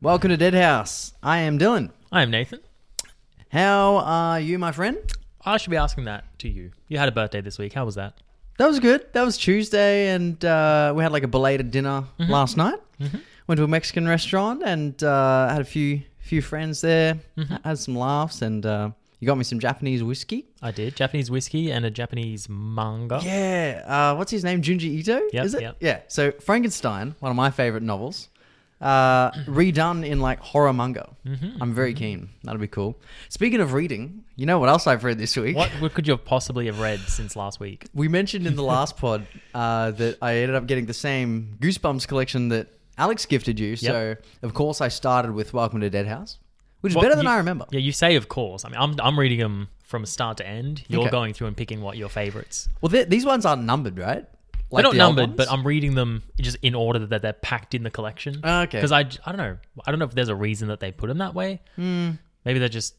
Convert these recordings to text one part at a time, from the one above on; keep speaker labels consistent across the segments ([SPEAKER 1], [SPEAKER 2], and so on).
[SPEAKER 1] Welcome to Dead House. I am Dylan.
[SPEAKER 2] I am Nathan.
[SPEAKER 1] How are you, my friend?
[SPEAKER 2] I should be asking that to you. You had a birthday this week. How was that?
[SPEAKER 1] That was good. That was Tuesday, and uh, we had like a belated dinner last night. Went to a Mexican restaurant and uh, had a few few friends there. Had some laughs, and uh, you got me some Japanese whiskey.
[SPEAKER 2] I did. Japanese whiskey and a Japanese manga.
[SPEAKER 1] Yeah. Uh, what's his name? Junji Ito?
[SPEAKER 2] Yep,
[SPEAKER 1] is it?
[SPEAKER 2] yep.
[SPEAKER 1] Yeah. So Frankenstein, one of my favorite novels, uh, redone in like horror manga. I'm very keen. That'll be cool. Speaking of reading, you know what else I've read this week?
[SPEAKER 2] What, what could you have possibly have read since last week?
[SPEAKER 1] We mentioned in the last pod uh, that I ended up getting the same Goosebumps collection that Alex gifted you. So of course I started with Welcome to Dead House, which is
[SPEAKER 2] What-
[SPEAKER 1] better than
[SPEAKER 2] you-
[SPEAKER 1] I remember.
[SPEAKER 2] Yeah, you say of course. I mean, I'm, I'm reading them from start to end. You're
[SPEAKER 1] Okay.
[SPEAKER 2] going through and picking what your favorites.
[SPEAKER 1] Well, th- these ones aren't numbered, right? Like
[SPEAKER 2] they're not
[SPEAKER 1] the old ones?
[SPEAKER 2] numbered, but I'm reading them just in order that they're packed in the collection.
[SPEAKER 1] Ah, okay.
[SPEAKER 2] Because I, j- I don't know. I don't know if there's a reason that they put them that way. Maybe they're just.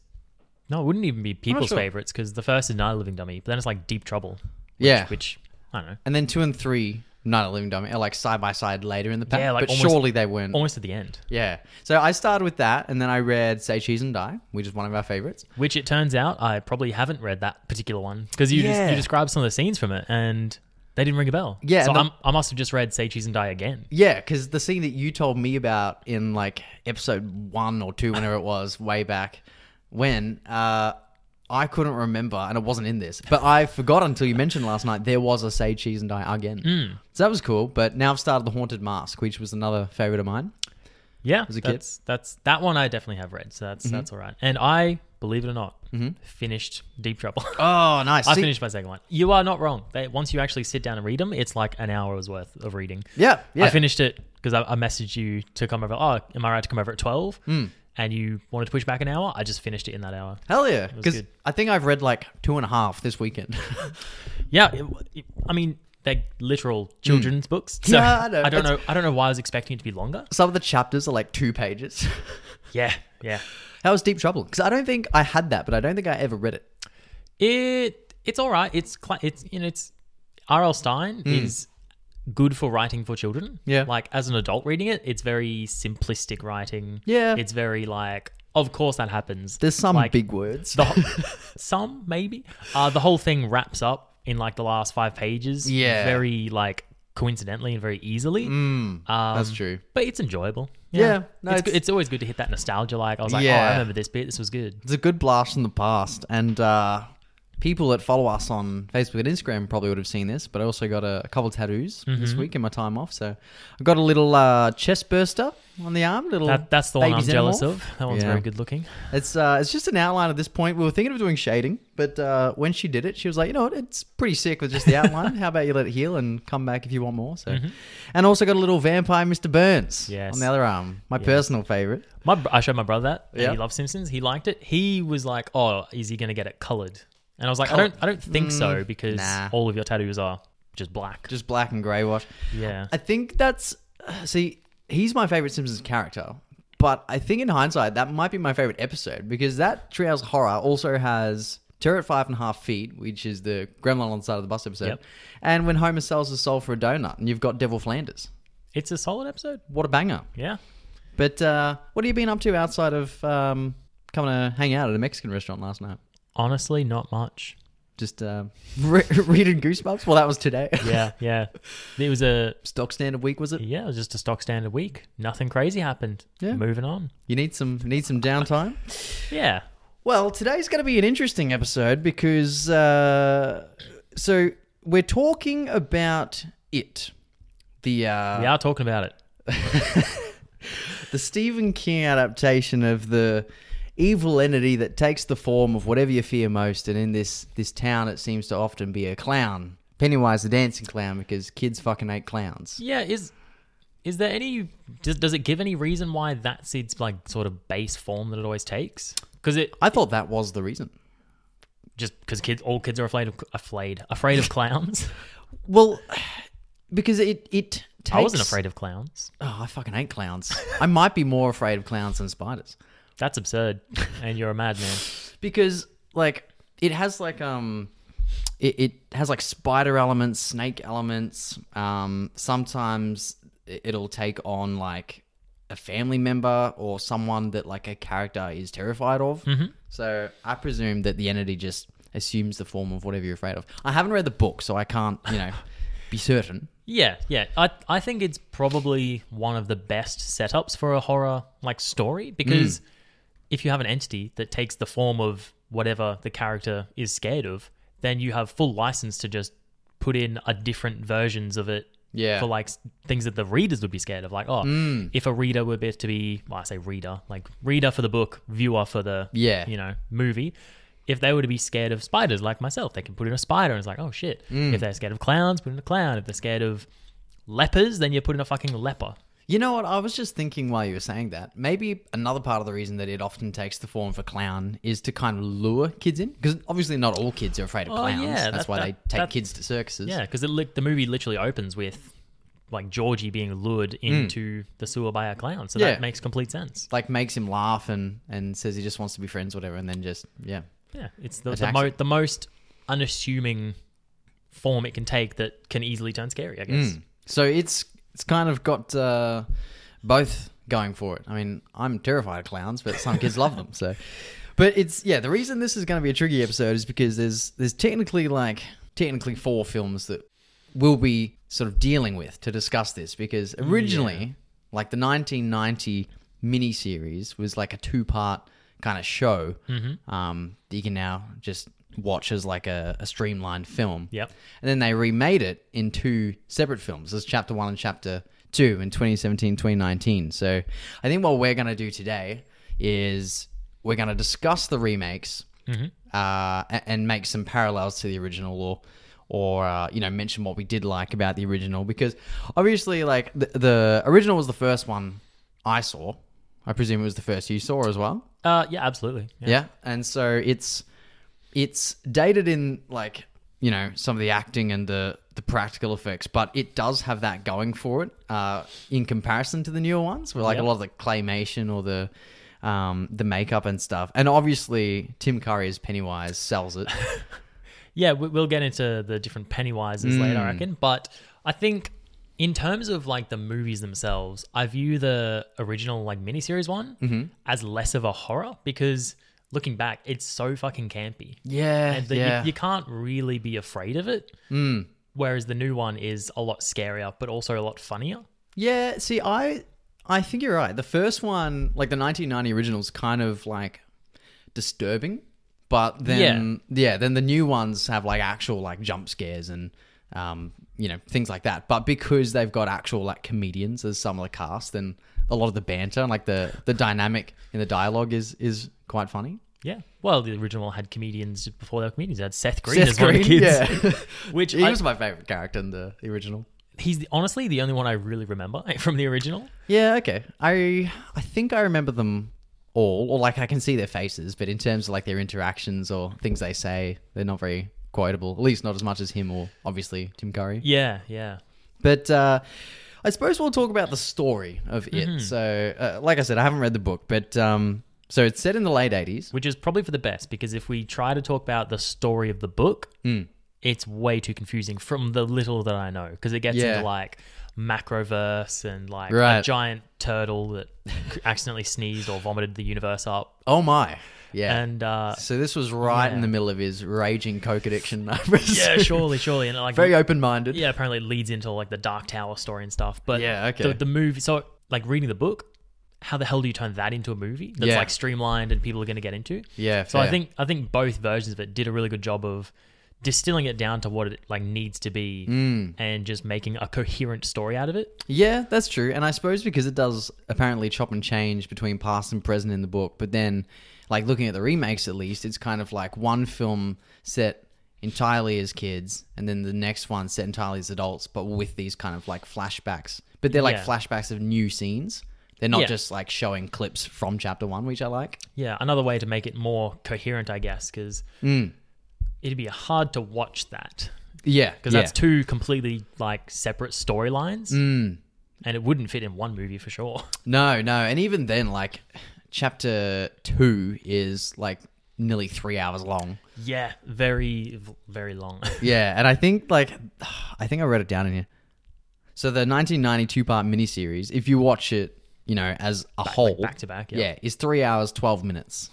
[SPEAKER 2] No, it wouldn't even be people's
[SPEAKER 1] Hmm. sure.
[SPEAKER 2] favorites because the first is Night of the Living Dummy, but then it's like Deep Trouble,
[SPEAKER 1] yeah.
[SPEAKER 2] which I don't know.
[SPEAKER 1] And then two and three, Night of the Living Dummy, are like side by side later in the pack.
[SPEAKER 2] Yeah, like
[SPEAKER 1] but
[SPEAKER 2] almost-
[SPEAKER 1] surely they weren't.
[SPEAKER 2] Almost at the end.
[SPEAKER 1] Yeah. So I started with that, and then I read Say Cheese and Die, which is one of our favorites.
[SPEAKER 2] Which it turns out I probably haven't read that particular one because you
[SPEAKER 1] Yeah.
[SPEAKER 2] just, you described some of the scenes from it and they didn't ring a bell.
[SPEAKER 1] Yeah,
[SPEAKER 2] so
[SPEAKER 1] and the-
[SPEAKER 2] I'm, I must have just read Say Cheese and Die again.
[SPEAKER 1] Yeah, because the scene that you told me about in like episode one or two, whenever it was, way back when, uh, I couldn't remember, and it wasn't in this, but I forgot until you mentioned last night there was a Say Cheese and Die again.
[SPEAKER 2] Hmm.
[SPEAKER 1] So that was cool. But now I've started The Haunted Mask, which was another favorite of mine.
[SPEAKER 2] Yeah,
[SPEAKER 1] a kid. Mm-hmm.
[SPEAKER 2] that's that's that one I definitely have read. So that's that's all right. And I believe it or not, finished Deep Trouble.
[SPEAKER 1] Oh, nice.
[SPEAKER 2] I
[SPEAKER 1] See-
[SPEAKER 2] finished my second one. You are not wrong. They, once you actually sit down and read them, it's like an hour's worth of reading.
[SPEAKER 1] Yeah, yeah.
[SPEAKER 2] I finished it because I, I messaged you to come over. Oh, am I right to come over at twelve?
[SPEAKER 1] Hmm.
[SPEAKER 2] And you wanted to push back an hour. I just finished it in that hour.
[SPEAKER 1] Hell yeah.
[SPEAKER 2] was
[SPEAKER 1] Because
[SPEAKER 2] good.
[SPEAKER 1] I think I've read like two and a half this weekend.
[SPEAKER 2] Yeah, it, it- I mean they're literal children's books. So
[SPEAKER 1] Hmm. Yeah, I
[SPEAKER 2] I,
[SPEAKER 1] know.
[SPEAKER 2] don't
[SPEAKER 1] It's-
[SPEAKER 2] know. I don't know why I was expecting it to be longer.
[SPEAKER 1] Some of the chapters are like two pages.
[SPEAKER 2] Yeah, yeah.
[SPEAKER 1] How was Deep Trouble? Because I don't think I had that, but I don't think I ever read it.
[SPEAKER 2] It it's all right. It's cla it's you know it's R.L. Stein is good for writing for children.
[SPEAKER 1] Hmm. Yeah.
[SPEAKER 2] like as an adult reading it, it's very simplistic writing.
[SPEAKER 1] Yeah.
[SPEAKER 2] it's very like of course that happens.
[SPEAKER 1] There's some
[SPEAKER 2] Like,
[SPEAKER 1] big words.
[SPEAKER 2] the whole- some maybe uh, the whole thing wraps up in like the last five pages.
[SPEAKER 1] Yeah. Hmm.
[SPEAKER 2] very like coincidentally and very easily. um,
[SPEAKER 1] That's true.
[SPEAKER 2] but it's enjoyable.
[SPEAKER 1] Yeah, no,
[SPEAKER 2] it's,
[SPEAKER 1] it's-
[SPEAKER 2] good- it's always good to hit that nostalgia. Like I was like, oh,
[SPEAKER 1] Yeah.
[SPEAKER 2] I remember this bit. This was good.
[SPEAKER 1] It's a good blast from the past. And uh, people that follow us on Facebook and Instagram probably would have seen this, but I also got a, a couple tattoos
[SPEAKER 2] Mm-hmm.
[SPEAKER 1] this week in my time off. So I got a little uh, chest burster on the arm. Little
[SPEAKER 2] That, that's the one I'm
[SPEAKER 1] baby
[SPEAKER 2] jealous
[SPEAKER 1] xenomorph.
[SPEAKER 2] of. That one's
[SPEAKER 1] Yeah.
[SPEAKER 2] very good looking.
[SPEAKER 1] It's uh, it's just an outline at this point. We were thinking of doing shading, but uh, when she did it, she was like, you know what, it's pretty sick with just the outline. How about you let it heal and come back if you want more? So, and also got a little vampire Mr. Burns
[SPEAKER 2] Mm-hmm. Yes.
[SPEAKER 1] on the other arm, my personal favorite.
[SPEAKER 2] My br- I showed my brother that. and
[SPEAKER 1] Yeah.
[SPEAKER 2] he loves Simpsons. He liked it. He was like, oh, is he gonna get it colored? And I was like, I
[SPEAKER 1] Colour-
[SPEAKER 2] don't, I don't think so because
[SPEAKER 1] Mm, nah.
[SPEAKER 2] all of your tattoos are just black.
[SPEAKER 1] Just black and grey wash.
[SPEAKER 2] yeah.
[SPEAKER 1] I think that's see, he's my favorite Simpsons character, but I think in hindsight that might be my favorite episode because that Treehouse Horror also has Terror at Five and a Half Feet, which is the Gremlin on the side of the bus episode,
[SPEAKER 2] Yep.
[SPEAKER 1] and when Homer sells his soul for a donut, and you've got Devil Flanders.
[SPEAKER 2] it's a solid episode.
[SPEAKER 1] What a banger!
[SPEAKER 2] Yeah.
[SPEAKER 1] But uh, what have you been up to outside of um, coming to hang out at a Mexican restaurant last night?
[SPEAKER 2] Honestly, not much.
[SPEAKER 1] Just uh, re- reading Goosebumps. Well, that was today.
[SPEAKER 2] Yeah, yeah. It was a
[SPEAKER 1] Stock standard week was it?
[SPEAKER 2] yeah, it was just a stock standard week. Nothing crazy happened.
[SPEAKER 1] Yeah.
[SPEAKER 2] Moving on.
[SPEAKER 1] You need some need some downtime.
[SPEAKER 2] Yeah.
[SPEAKER 1] Well, today's going to be an interesting episode because uh, so we're talking about it, the uh,
[SPEAKER 2] We are talking about it.
[SPEAKER 1] the Stephen King adaptation of the evil entity that takes the form of whatever you fear most, and in this this town, it seems to often be a clown, Pennywise the dancing clown, because kids fucking hate clowns.
[SPEAKER 2] Yeah, is is there any does, does it give any reason why that's its like sort of base form that it always takes? Because it
[SPEAKER 1] I thought that was the reason.
[SPEAKER 2] just because kids all kids are afraid of afraid afraid of clowns.
[SPEAKER 1] Well, because it it takes.
[SPEAKER 2] I wasn't afraid of clowns.
[SPEAKER 1] Oh, I fucking hate clowns. I might be more afraid of clowns than spiders.
[SPEAKER 2] That's absurd, and you're a madman.
[SPEAKER 1] because like it has like um it, it has like spider elements snake elements um sometimes i- it'll take on like a family member or someone that like a character is terrified of. So I presume that the entity just assumes the form of whatever you're afraid of. I haven't read the book, so I can't, you know, be certain.
[SPEAKER 2] Yeah, yeah. I I think it's probably one of the best setups for a horror like story because if you have an entity that takes the form of whatever the character is scared of, then you have full license to just put in a different versions of it
[SPEAKER 1] Yeah.
[SPEAKER 2] for like s- things that the readers would be scared of like oh
[SPEAKER 1] Mm.
[SPEAKER 2] if a reader were to be well, I say reader like reader for the book viewer for the
[SPEAKER 1] Yeah.
[SPEAKER 2] you know movie if they were to be scared of spiders like myself they can put in a spider and it's like oh shit
[SPEAKER 1] Mm.
[SPEAKER 2] if they're scared of clowns put in a clown if they're scared of lepers then you put in a fucking leper
[SPEAKER 1] You know what? I was just thinking while you were saying that. Maybe another part of the reason that it often takes the form of a clown is to kind of lure kids in, because obviously not all kids are afraid of
[SPEAKER 2] Oh,
[SPEAKER 1] clowns.
[SPEAKER 2] yeah,
[SPEAKER 1] that's
[SPEAKER 2] that-
[SPEAKER 1] why
[SPEAKER 2] that-
[SPEAKER 1] they take
[SPEAKER 2] that-
[SPEAKER 1] kids to circuses.
[SPEAKER 2] yeah because the movie literally opens with like Georgie being lured into the sewer by a clown so
[SPEAKER 1] Mm. Yeah.
[SPEAKER 2] that makes complete sense
[SPEAKER 1] Like makes him laugh and and says he just wants to be friends, whatever, and then just yeah.
[SPEAKER 2] Yeah, it's the, the,
[SPEAKER 1] Attacks
[SPEAKER 2] mo-
[SPEAKER 1] it.
[SPEAKER 2] the most unassuming form it can take that can easily turn scary, I guess.
[SPEAKER 1] Mm. So it's it's kind of got uh, both going for it. I mean, I'm terrified of clowns, but some kids love them. So, but it's yeah. The reason this is going to be a tricky episode is because there's there's technically like technically four films that we'll be sort of dealing with to discuss this because originally like the 1990 miniseries was like a two part kind of show
[SPEAKER 2] Mm-hmm.
[SPEAKER 1] um, that you can now just watch as like a, a streamlined film.
[SPEAKER 2] Yep.
[SPEAKER 1] And then they remade it in two separate films. There's chapter one and chapter two in 2017, 2019. So I think what we're going to do today is we're going to discuss the remakes uh, a- and make some parallels to the original or, or uh, you know, mention what we did like about the original because obviously, like, the, the original was the first one I saw. I presume it was the first you saw as well.
[SPEAKER 2] Uh, yeah, absolutely. Yeah.
[SPEAKER 1] Yeah. And so it's it's dated in like, you know, some of the acting and the the practical effects, but it does have that going for it uh, in comparison to the newer ones, where like
[SPEAKER 2] Yep.
[SPEAKER 1] a lot of the claymation or the um, the makeup and stuff. And obviously Tim Curry as Pennywise sells it.
[SPEAKER 2] Yeah, we- we'll get into the different Pennywises later, I reckon. But I think in terms of like the movies themselves, I view the original like miniseries one as less of a horror because looking back, it's so fucking campy.
[SPEAKER 1] yeah.
[SPEAKER 2] and that
[SPEAKER 1] yeah.
[SPEAKER 2] you, you can't really be afraid of it. Whereas the new one is a lot scarier, but also a lot funnier.
[SPEAKER 1] Yeah, see, I I think you're right. The first one, like the 1990 original's, kind of like disturbing, but then yeah. then the new ones have like actual like jump scares and um you know things like that. But because they've got actual like comedians as some of the cast, then a lot of the banter and like the the dynamic in the dialogue is is quite funny.
[SPEAKER 2] Yeah. Well, the original had comedians before they were comedians. They had Seth Green as one of the
[SPEAKER 1] Green,
[SPEAKER 2] kids.
[SPEAKER 1] yeah.
[SPEAKER 2] Which
[SPEAKER 1] he
[SPEAKER 2] I-
[SPEAKER 1] was my favorite character in the, the original.
[SPEAKER 2] He's the, honestly the only one I really remember like, from the original.
[SPEAKER 1] Yeah, okay. I I think I remember them all, or like I can see their faces, but in terms of like their interactions or things they say, they're not very quotable. At least not as much as him or obviously Tim Curry.
[SPEAKER 2] Yeah, yeah.
[SPEAKER 1] But uh, I suppose we'll talk about the story of it.
[SPEAKER 2] Mm-hmm.
[SPEAKER 1] So, uh, like I said, I haven't read the book, but um, so it's set in the late eighties.
[SPEAKER 2] Which is probably for the best because if we try to talk about the story of the book,
[SPEAKER 1] Hmm.
[SPEAKER 2] it's way too confusing from the little that I know because it gets
[SPEAKER 1] Yeah.
[SPEAKER 2] into like macroverse and like a
[SPEAKER 1] Right.
[SPEAKER 2] giant turtle that accidentally sneezed or vomited the universe up.
[SPEAKER 1] Oh my, yeah.
[SPEAKER 2] And uh,
[SPEAKER 1] so this was right in
[SPEAKER 2] Yeah.
[SPEAKER 1] the middle of his raging coke addiction.
[SPEAKER 2] yeah, surely, surely, and it, like
[SPEAKER 1] Very open minded.
[SPEAKER 2] yeah, apparently it leads into like the Dark Tower story and stuff. But
[SPEAKER 1] Yeah, okay.
[SPEAKER 2] the, the movie. So like reading the book, how the hell do you turn that into a movie that's
[SPEAKER 1] Yeah.
[SPEAKER 2] like streamlined and people are going to get into?
[SPEAKER 1] Yeah,
[SPEAKER 2] So I
[SPEAKER 1] fair.
[SPEAKER 2] think I think both versions of it did a really good job of distilling it down to what it like needs to be
[SPEAKER 1] Mm.
[SPEAKER 2] and just making a coherent story out of it.
[SPEAKER 1] Yeah, that's true. And I suppose because it does apparently chop and change between past and present in the book, but then, like, looking at the remakes at least, it's kind of like one film set entirely as kids and then the next one set entirely as adults, but with these kind of like flashbacks. But they're like
[SPEAKER 2] Yeah.
[SPEAKER 1] flashbacks of new scenes. They're not
[SPEAKER 2] Yeah.
[SPEAKER 1] just like showing clips from chapter one, which I like.
[SPEAKER 2] Yeah, another way to make it more coherent, I guess, because
[SPEAKER 1] Mm.
[SPEAKER 2] it'd be hard to watch that
[SPEAKER 1] Yeah. Mm.
[SPEAKER 2] because that's two completely like separate storylines. And it wouldn't fit in one movie for sure.
[SPEAKER 1] No, no. And even then, like, chapter two is like nearly three hours long.
[SPEAKER 2] Yeah, very, v- very long.
[SPEAKER 1] Yeah, and I think like I think I wrote it down in here. So the 1992 part miniseries, if you watch it you know, as a whole,
[SPEAKER 2] back to back, yeah.
[SPEAKER 1] is three hours twelve minutes.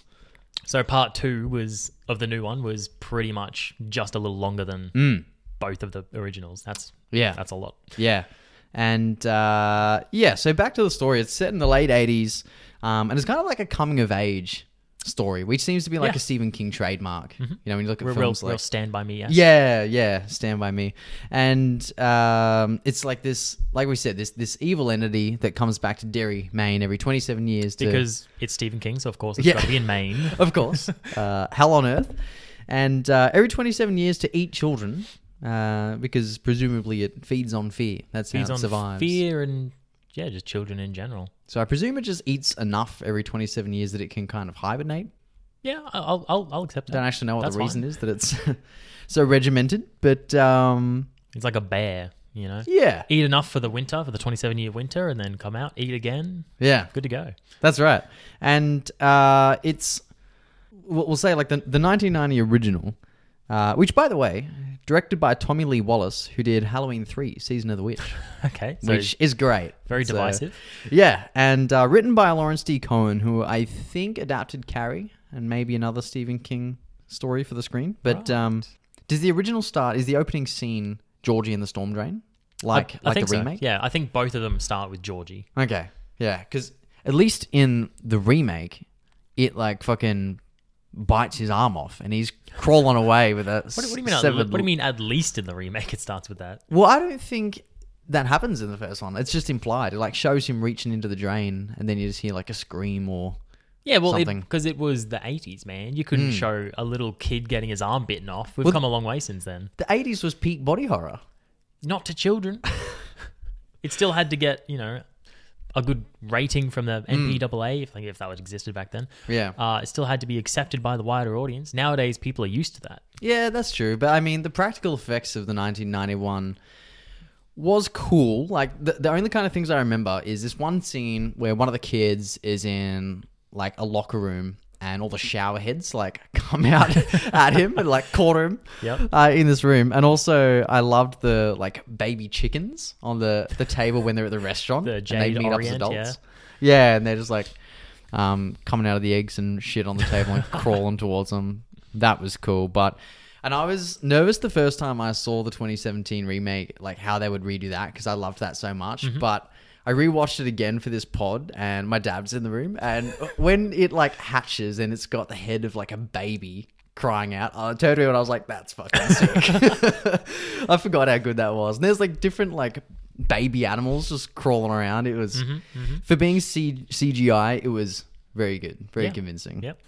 [SPEAKER 2] So part two was of the new one was pretty much just a little longer than both of the originals. That's
[SPEAKER 1] Hmm. Yeah.
[SPEAKER 2] that's a lot.
[SPEAKER 1] Yeah. And uh, yeah, so back to the story. It's set in the late 80s, um, and it's kind of like a coming of age story, which seems to be like
[SPEAKER 2] Yeah. Mm-hmm.
[SPEAKER 1] a Stephen King trademark. You know, when you look at
[SPEAKER 2] Real, real,
[SPEAKER 1] films
[SPEAKER 2] real
[SPEAKER 1] like.
[SPEAKER 2] stand by me. Yes.
[SPEAKER 1] Yeah, yeah, Stand By Me. And um, it's like this, like we said, this this evil entity that comes back to Derry, Maine every 27 years. To,
[SPEAKER 2] because it's Stephen King, so of course it's
[SPEAKER 1] Yeah.
[SPEAKER 2] got to be in Maine.
[SPEAKER 1] of course, uh, Hell on Earth. And uh, every 27 years to eat children, uh, because presumably it feeds on fear. That's
[SPEAKER 2] Feeds
[SPEAKER 1] how it
[SPEAKER 2] on
[SPEAKER 1] survives.
[SPEAKER 2] fear and yeah, just children in general.
[SPEAKER 1] So I presume it just eats enough every 27 years that it can kind of hibernate.
[SPEAKER 2] Yeah, I- I'll I'll, I'll accept that.
[SPEAKER 1] Don't actually know what
[SPEAKER 2] That's
[SPEAKER 1] the reason
[SPEAKER 2] fine.
[SPEAKER 1] is that it's so regimented, but um,
[SPEAKER 2] It's like a bear, you know.
[SPEAKER 1] yeah,
[SPEAKER 2] Eat enough for the winter, for the 27 year winter, and then come out, eat again.
[SPEAKER 1] yeah,
[SPEAKER 2] Good to go.
[SPEAKER 1] that's right. And uh, it's we'll we'll say like the the 1990 original, uh, which by the way, directed by Tommy Lee Wallace, who did Halloween Three: Season of the Witch,
[SPEAKER 2] Okay. So
[SPEAKER 1] which is great,
[SPEAKER 2] very
[SPEAKER 1] So-
[SPEAKER 2] divisive.
[SPEAKER 1] Yeah, and uh, written by Lawrence D. Cohen, who I think adapted Carrie and maybe another Stephen King story for the screen. But um, does the original start? Is the opening scene Georgie and the storm drain, like like
[SPEAKER 2] think
[SPEAKER 1] the
[SPEAKER 2] so.
[SPEAKER 1] remake?
[SPEAKER 2] Yeah, I think both of them start with Georgie.
[SPEAKER 1] Okay, yeah, because at least in the remake, it like fucking bites his arm off and he's crawling away with a
[SPEAKER 2] What, do- what do you mean? At,
[SPEAKER 1] severed.
[SPEAKER 2] what do you mean? At least in the remake, it starts with that.
[SPEAKER 1] Well, I don't think. That happens in the first one. It's just implied. It like shows him reaching into the drain, and then you just hear like a scream or
[SPEAKER 2] Yeah, well,
[SPEAKER 1] Something. Hmm.
[SPEAKER 2] because it, was the '80s, man. You couldn't show a little kid getting his arm bitten off. We've
[SPEAKER 1] Well-
[SPEAKER 2] come a long way since then.
[SPEAKER 1] the '80s was peak body horror.
[SPEAKER 2] Not to children. it still had to get you know a good rating from the
[SPEAKER 1] Hmm.
[SPEAKER 2] MPAA, if, like, if that was existed back then.
[SPEAKER 1] Yeah.
[SPEAKER 2] Uh, it still had to be accepted by the wider audience. Nowadays, people are used to that.
[SPEAKER 1] Yeah, that's true. But I mean, the practical effects of the 1991 was cool. Like, the, the only kind of things I remember is this one scene where one of the kids is in, like, a locker room and all the shower heads, like, come out at him and, like, corner him
[SPEAKER 2] Yep.
[SPEAKER 1] uh, in this room. And also, I loved the, like, baby chickens on the, the table when they're at the restaurant.
[SPEAKER 2] The
[SPEAKER 1] and
[SPEAKER 2] Jade Orient,
[SPEAKER 1] Yeah. and they're just, like, um, coming out of the eggs and shit on the table and crawling towards them. That was cool, but and I was nervous the first time I saw the 2017 remake, like how they would redo that because I loved that so much.
[SPEAKER 2] Mm-hmm.
[SPEAKER 1] But I rewatched it again for this pod, and my dad's in the room, and when it like hatches and it's got the head of like a baby crying out, I turned to him and I was like, "That's fucking sick." I forgot how good that was. And there's like different like baby animals just crawling around. It was
[SPEAKER 2] Mm-hmm,
[SPEAKER 1] for being C- CGI, it was very good, very
[SPEAKER 2] Yeah.
[SPEAKER 1] convincing.
[SPEAKER 2] Yep.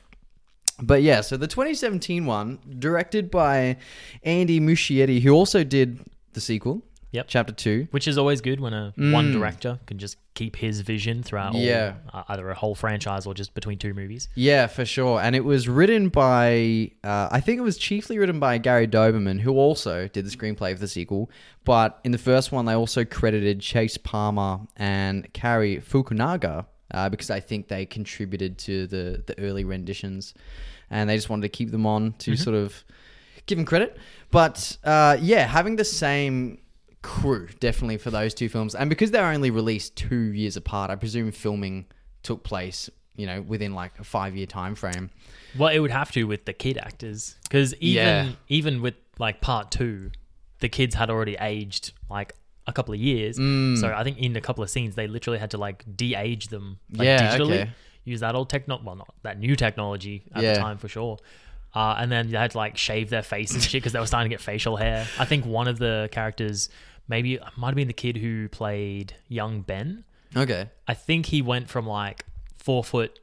[SPEAKER 1] But yeah, so the 2017 one, directed by Andy Muschietti, who also did the sequel,
[SPEAKER 2] Yep.
[SPEAKER 1] Chapter Two.
[SPEAKER 2] Which is always good when a one director can just keep his vision throughout all,
[SPEAKER 1] Hmm. Yeah.
[SPEAKER 2] uh, either a whole franchise or just between two movies.
[SPEAKER 1] Yeah, for sure. And it was written by, uh, I think it was chiefly written by Gary Doberman, who also did the screenplay for the sequel. But in the first one, they also credited Chase Palmer and Kari Fukunaga uh, because I think they contributed to the, the early renditions. And they just wanted to keep them on to sort of give them credit. But uh, yeah, having the same crew definitely for those two films, and because they're only released two years apart, I presume filming took place, you know, within like a five-year time frame.
[SPEAKER 2] Well, it would have to with the kid actors because even
[SPEAKER 1] Yeah.
[SPEAKER 2] even with like part two, the kids had already aged like a couple of years.
[SPEAKER 1] Mm.
[SPEAKER 2] So I think in a couple of scenes they literally had to like de-age them like,
[SPEAKER 1] Yeah,
[SPEAKER 2] digitally,
[SPEAKER 1] okay.
[SPEAKER 2] use that old techno well not that new technology at
[SPEAKER 1] Yeah.
[SPEAKER 2] the time for sure. Uh, and then they had to like shave their face and shit because they were starting to get facial hair. I think one of the characters, maybe it might have been the kid who played young Ben.
[SPEAKER 1] Okay.
[SPEAKER 2] I think he went from like four foot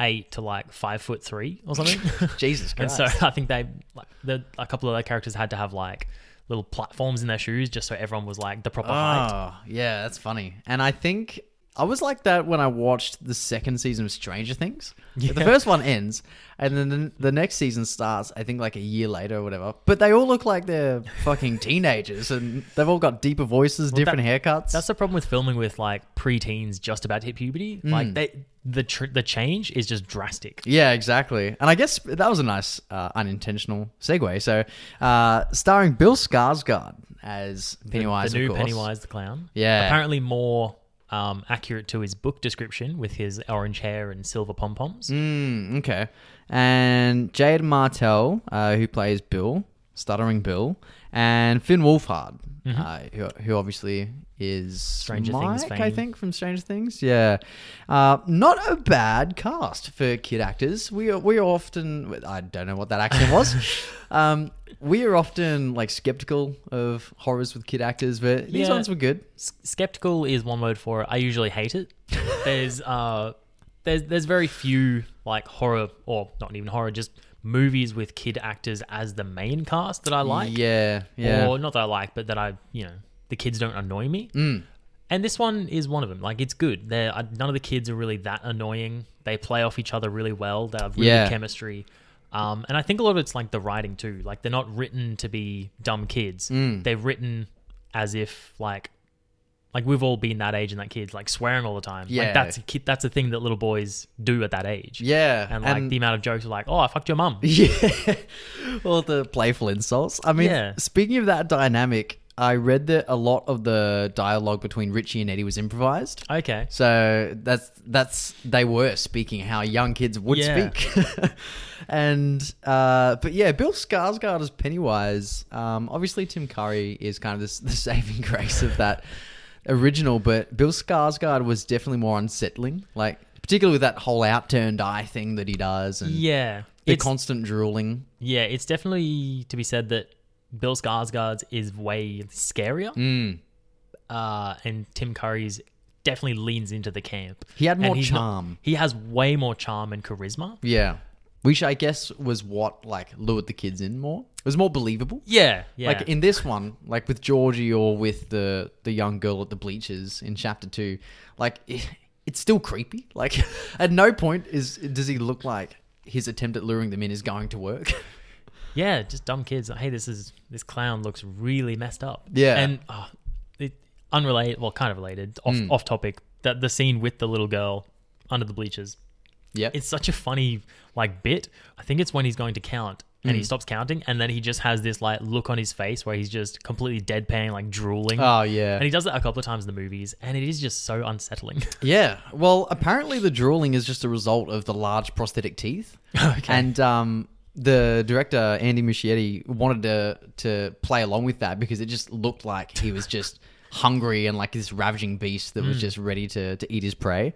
[SPEAKER 2] eight to like five foot three or something.
[SPEAKER 1] Jesus
[SPEAKER 2] and
[SPEAKER 1] Christ.
[SPEAKER 2] so I think they like the, a couple of their characters had to have like little platforms in their shoes just so everyone was like the proper height.
[SPEAKER 1] Oh, yeah, that's funny. And I think I was like that when I watched the second season of Stranger Things. The first one ends, and then the, the next season starts, I think like a year later or whatever. But they all look like they're fucking teenagers, and they've all got deeper voices, different haircuts.
[SPEAKER 2] That's the problem with filming with like preteens just about to hit puberty.
[SPEAKER 1] Hmm.
[SPEAKER 2] Like they the tr- the change is just drastic.
[SPEAKER 1] Yeah, exactly. And I guess that was a nice uh, unintentional segue. So, uh, starring Bill Skarsgård as Pennywise,
[SPEAKER 2] the new
[SPEAKER 1] of course.
[SPEAKER 2] Pennywise the clown.
[SPEAKER 1] Yeah.
[SPEAKER 2] Apparently more um, accurate to his book description with his orange hair and silver pom poms.
[SPEAKER 1] Mm, okay. And Jade Martell, uh, who plays Bill, Stuttering Bill, and Finn Wolfhard, uh, who, who obviously is
[SPEAKER 2] Mm-hmm. Stranger
[SPEAKER 1] Mike,
[SPEAKER 2] Things
[SPEAKER 1] I
[SPEAKER 2] fame.
[SPEAKER 1] think, from Stranger Things. Yeah. Uh, not a bad cast for kid actors. We are, we are often, I don't know what that accent was. um, we are often like skeptical of horrors with kid actors, but these
[SPEAKER 2] Yeah.
[SPEAKER 1] ones were good.
[SPEAKER 2] S- skeptical is one word for it. I usually hate it. There's uh, there's there's very few like horror or not even horror, just movies with kid actors as the main cast that I like.
[SPEAKER 1] yeah. Yeah.
[SPEAKER 2] Or not that I like, but that I you know the kids don't annoy me.
[SPEAKER 1] Mm.
[SPEAKER 2] And this one is one of them. Like it's good. They're, uh, none of the kids are really that annoying. They play off each other really well. They have really
[SPEAKER 1] Yeah.
[SPEAKER 2] good chemistry. Um, and I think a lot of it's like the writing too. Like they're not written to be dumb kids.
[SPEAKER 1] Mm.
[SPEAKER 2] They're written as if like like we've all been that age and that kids like swearing all the time.
[SPEAKER 1] Yeah.
[SPEAKER 2] Like that's a kid, that's a thing that little boys do at that age.
[SPEAKER 1] yeah.
[SPEAKER 2] And like the amount of jokes are like, oh, I fucked your mum.
[SPEAKER 1] Yeah. All the playful insults. I mean,
[SPEAKER 2] Yeah.
[SPEAKER 1] speaking of that dynamic, I read that a lot of the dialogue between Richie and Eddie was improvised.
[SPEAKER 2] Okay.
[SPEAKER 1] So that's that's they were speaking how young kids would
[SPEAKER 2] Yeah.
[SPEAKER 1] speak. and uh, but yeah, Bill Skarsgård as Pennywise. Um, obviously, Tim Curry is kind of this, the saving grace of that original, but Bill Skarsgård was definitely more unsettling. Like particularly with that whole out turned eye thing that he does, and
[SPEAKER 2] Yeah.
[SPEAKER 1] the
[SPEAKER 2] It's-
[SPEAKER 1] constant drooling.
[SPEAKER 2] Yeah, it's definitely to be said that Bill Skarsgård's is way scarier,
[SPEAKER 1] Mm.
[SPEAKER 2] uh, and Tim Curry's definitely leans into the camp.
[SPEAKER 1] He had
[SPEAKER 2] And
[SPEAKER 1] more
[SPEAKER 2] he's not-
[SPEAKER 1] charm.
[SPEAKER 2] he has way more charm and charisma.
[SPEAKER 1] Yeah. Which I guess was what like lured the kids in more. It was more believable.
[SPEAKER 2] Yeah, yeah,
[SPEAKER 1] Like in this one, like with Georgie or with the the young girl at the bleachers in chapter two, like it, it's still creepy. Like at no point is does he look like his attempt at luring them in is going to work.
[SPEAKER 2] yeah. Just dumb kids. Like, hey, this is this clown looks really messed up.
[SPEAKER 1] Yeah.
[SPEAKER 2] and uh, it, unrelated. Well, kind of related. Off
[SPEAKER 1] Mm.
[SPEAKER 2] off topic. That the scene with the little girl under the bleachers.
[SPEAKER 1] yeah.
[SPEAKER 2] it's such a funny like bit. I think it's when he's going to count and
[SPEAKER 1] Mm.
[SPEAKER 2] he stops counting and then he just has this like look on his face where he's just completely deadpan, like drooling.
[SPEAKER 1] Oh yeah.
[SPEAKER 2] and he does that a couple of times in the movies, and it is just so unsettling.
[SPEAKER 1] Yeah. Well, apparently the drooling is just a result of the large prosthetic teeth.
[SPEAKER 2] Okay.
[SPEAKER 1] And um, the director Andy Muschietti wanted to to play along with that because it just looked like he was just hungry and like this ravaging beast that was just ready to, to eat his prey.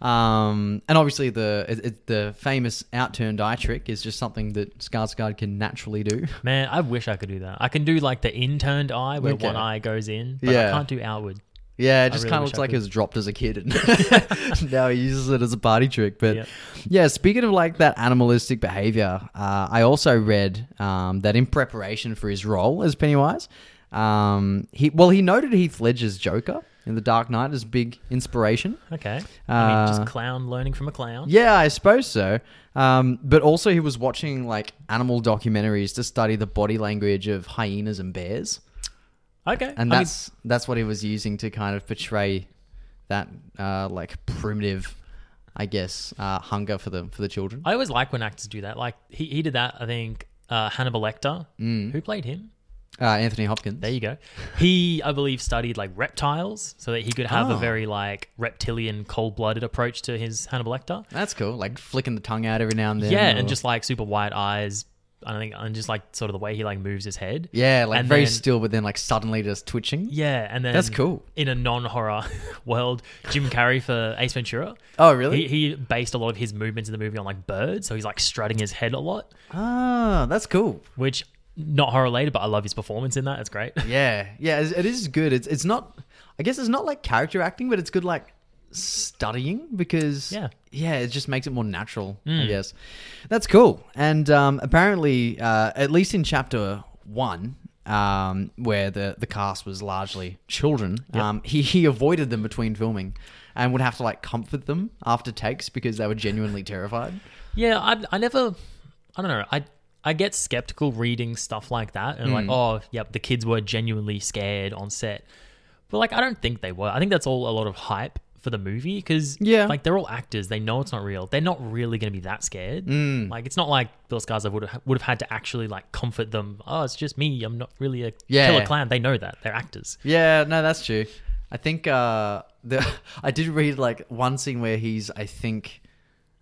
[SPEAKER 1] Um, and obviously the it, it, the famous outturned eye trick is just something that Skarsgård can naturally do.
[SPEAKER 2] Man, I wish I could do that. I can do like the interned eye where
[SPEAKER 1] Okay.
[SPEAKER 2] one eye goes in, but
[SPEAKER 1] Yeah.
[SPEAKER 2] I can't do outward.
[SPEAKER 1] Yeah, it just
[SPEAKER 2] really
[SPEAKER 1] kind of
[SPEAKER 2] wish
[SPEAKER 1] looks
[SPEAKER 2] I
[SPEAKER 1] like it
[SPEAKER 2] could.
[SPEAKER 1] was dropped as a kid, and now he uses it as a party trick. But
[SPEAKER 2] Yep.
[SPEAKER 1] yeah, speaking of like that animalistic behavior, uh, I also read um, that in preparation for his role as Pennywise, um, he well he noted Heath Ledger's Joker in The Dark Knight as a big inspiration.
[SPEAKER 2] Okay. I mean,
[SPEAKER 1] Uh,
[SPEAKER 2] just clown learning from a clown.
[SPEAKER 1] Yeah, I suppose so. Um, but also, he was watching like animal documentaries to study the body language of hyenas and bears.
[SPEAKER 2] Okay.
[SPEAKER 1] and
[SPEAKER 2] I mean,
[SPEAKER 1] that's that's what he was using to kind of portray that uh, like primitive, I guess, uh, hunger for the for the children.
[SPEAKER 2] I always like when actors do that. Like he, he did that. I think uh, Hannibal Lecter,
[SPEAKER 1] Mm.
[SPEAKER 2] who played him,
[SPEAKER 1] Uh, Anthony Hopkins.
[SPEAKER 2] There you go. He, I believe, studied like reptiles so that he could have
[SPEAKER 1] Oh.
[SPEAKER 2] a very like reptilian, cold blooded approach to his Hannibal Lecter.
[SPEAKER 1] That's cool. Like flicking the tongue out every now and then.
[SPEAKER 2] Yeah,
[SPEAKER 1] or-
[SPEAKER 2] and just like super wide eyes. I think, and just like sort of the way he like moves his head.
[SPEAKER 1] yeah, like
[SPEAKER 2] and
[SPEAKER 1] very
[SPEAKER 2] then-
[SPEAKER 1] still, but then like suddenly just twitching.
[SPEAKER 2] Yeah, and then
[SPEAKER 1] That's cool.
[SPEAKER 2] In a non horror world, Jim Carrey for Ace Ventura.
[SPEAKER 1] Oh, really?
[SPEAKER 2] He, he based a lot of his movements in the movie on like birds, so he's like strutting his head a lot,
[SPEAKER 1] Ah, that's cool.
[SPEAKER 2] which not horror related, but I love his performance in that. It's great.
[SPEAKER 1] Yeah, yeah. It it is good. It's it's not. I guess it's not like character acting, but it's good like studying because
[SPEAKER 2] Yeah.
[SPEAKER 1] yeah, it just makes it more natural. I guess that's cool. And um, apparently, uh, at least in chapter one. Um, where the, the cast was largely children, um, he, he avoided them between filming and would have to like comfort them after takes because they were genuinely terrified.
[SPEAKER 2] Yeah, I, I never, I don't know. I I get skeptical reading stuff like that, and
[SPEAKER 1] Hmm.
[SPEAKER 2] like, oh, yep, the kids were genuinely scared on set, but like, I don't think they were. I think that's all a lot of hype for the movie because
[SPEAKER 1] Yeah.
[SPEAKER 2] like they're all actors. They know it's not real. They're not really going to be that scared.
[SPEAKER 1] Hmm.
[SPEAKER 2] Like, it's not like Bill Skarsgård would have would have had to actually like comfort them. Oh, it's just me. I'm not really a
[SPEAKER 1] Yeah.
[SPEAKER 2] killer clown. They know that they're actors.
[SPEAKER 1] Yeah, no, that's true. I think uh, the I did read like one scene where he's I think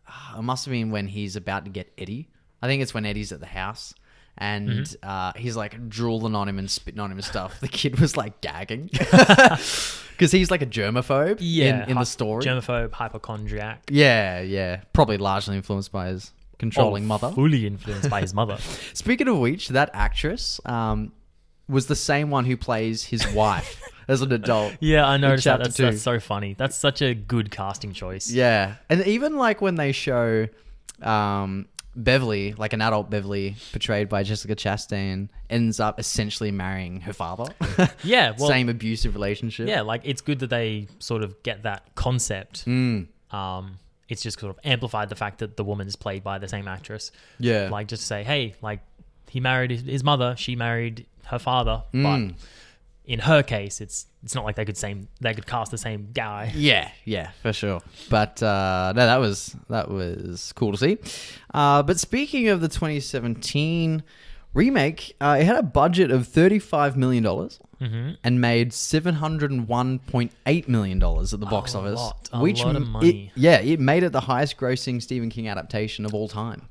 [SPEAKER 1] uh, it must have been when he's about to get Eddie. I think it's when Eddie's at the house and uh, he's like drooling on him and spitting on him and stuff. The kid was like gagging because he's like a germaphobe.
[SPEAKER 2] Yeah,
[SPEAKER 1] in, in
[SPEAKER 2] hy-
[SPEAKER 1] the story.
[SPEAKER 2] germaphobe, hypochondriac,
[SPEAKER 1] yeah, yeah, probably largely influenced by his controlling
[SPEAKER 2] or
[SPEAKER 1] mother.
[SPEAKER 2] oh, fully influenced by his mother.
[SPEAKER 1] Speaking of which, that actress um, was the same one who plays his wife as an adult.
[SPEAKER 2] Yeah, I noticed that.
[SPEAKER 1] chapter
[SPEAKER 2] That's,
[SPEAKER 1] two.
[SPEAKER 2] that's so funny. That's such a good casting choice.
[SPEAKER 1] Yeah, and even like when they show um, Beverly, like an adult Beverly portrayed by Jessica Chastain, ends up essentially marrying her father.
[SPEAKER 2] Yeah, well,
[SPEAKER 1] Same abusive relationship.
[SPEAKER 2] yeah, like it's good that they sort of get that concept.
[SPEAKER 1] Hmm.
[SPEAKER 2] Um, it's just sort of amplified the fact that the woman is played by the same actress.
[SPEAKER 1] yeah,
[SPEAKER 2] Like just say, hey, like he married his, his mother, she married her father,
[SPEAKER 1] Mm.
[SPEAKER 2] but in her case, it's it's not like they could same they could cast the same guy.
[SPEAKER 1] yeah, yeah, for sure. But uh, no, that was that was cool to see. Uh, but speaking of the 2017 remake, uh, it had a budget of 35 million dollars.
[SPEAKER 2] Mm-hmm.
[SPEAKER 1] and made seven hundred and one point eight million dollars at the box
[SPEAKER 2] A
[SPEAKER 1] office,
[SPEAKER 2] lot, a lot of
[SPEAKER 1] m-
[SPEAKER 2] money.
[SPEAKER 1] It, yeah, it made it the highest-grossing Stephen King adaptation of all time.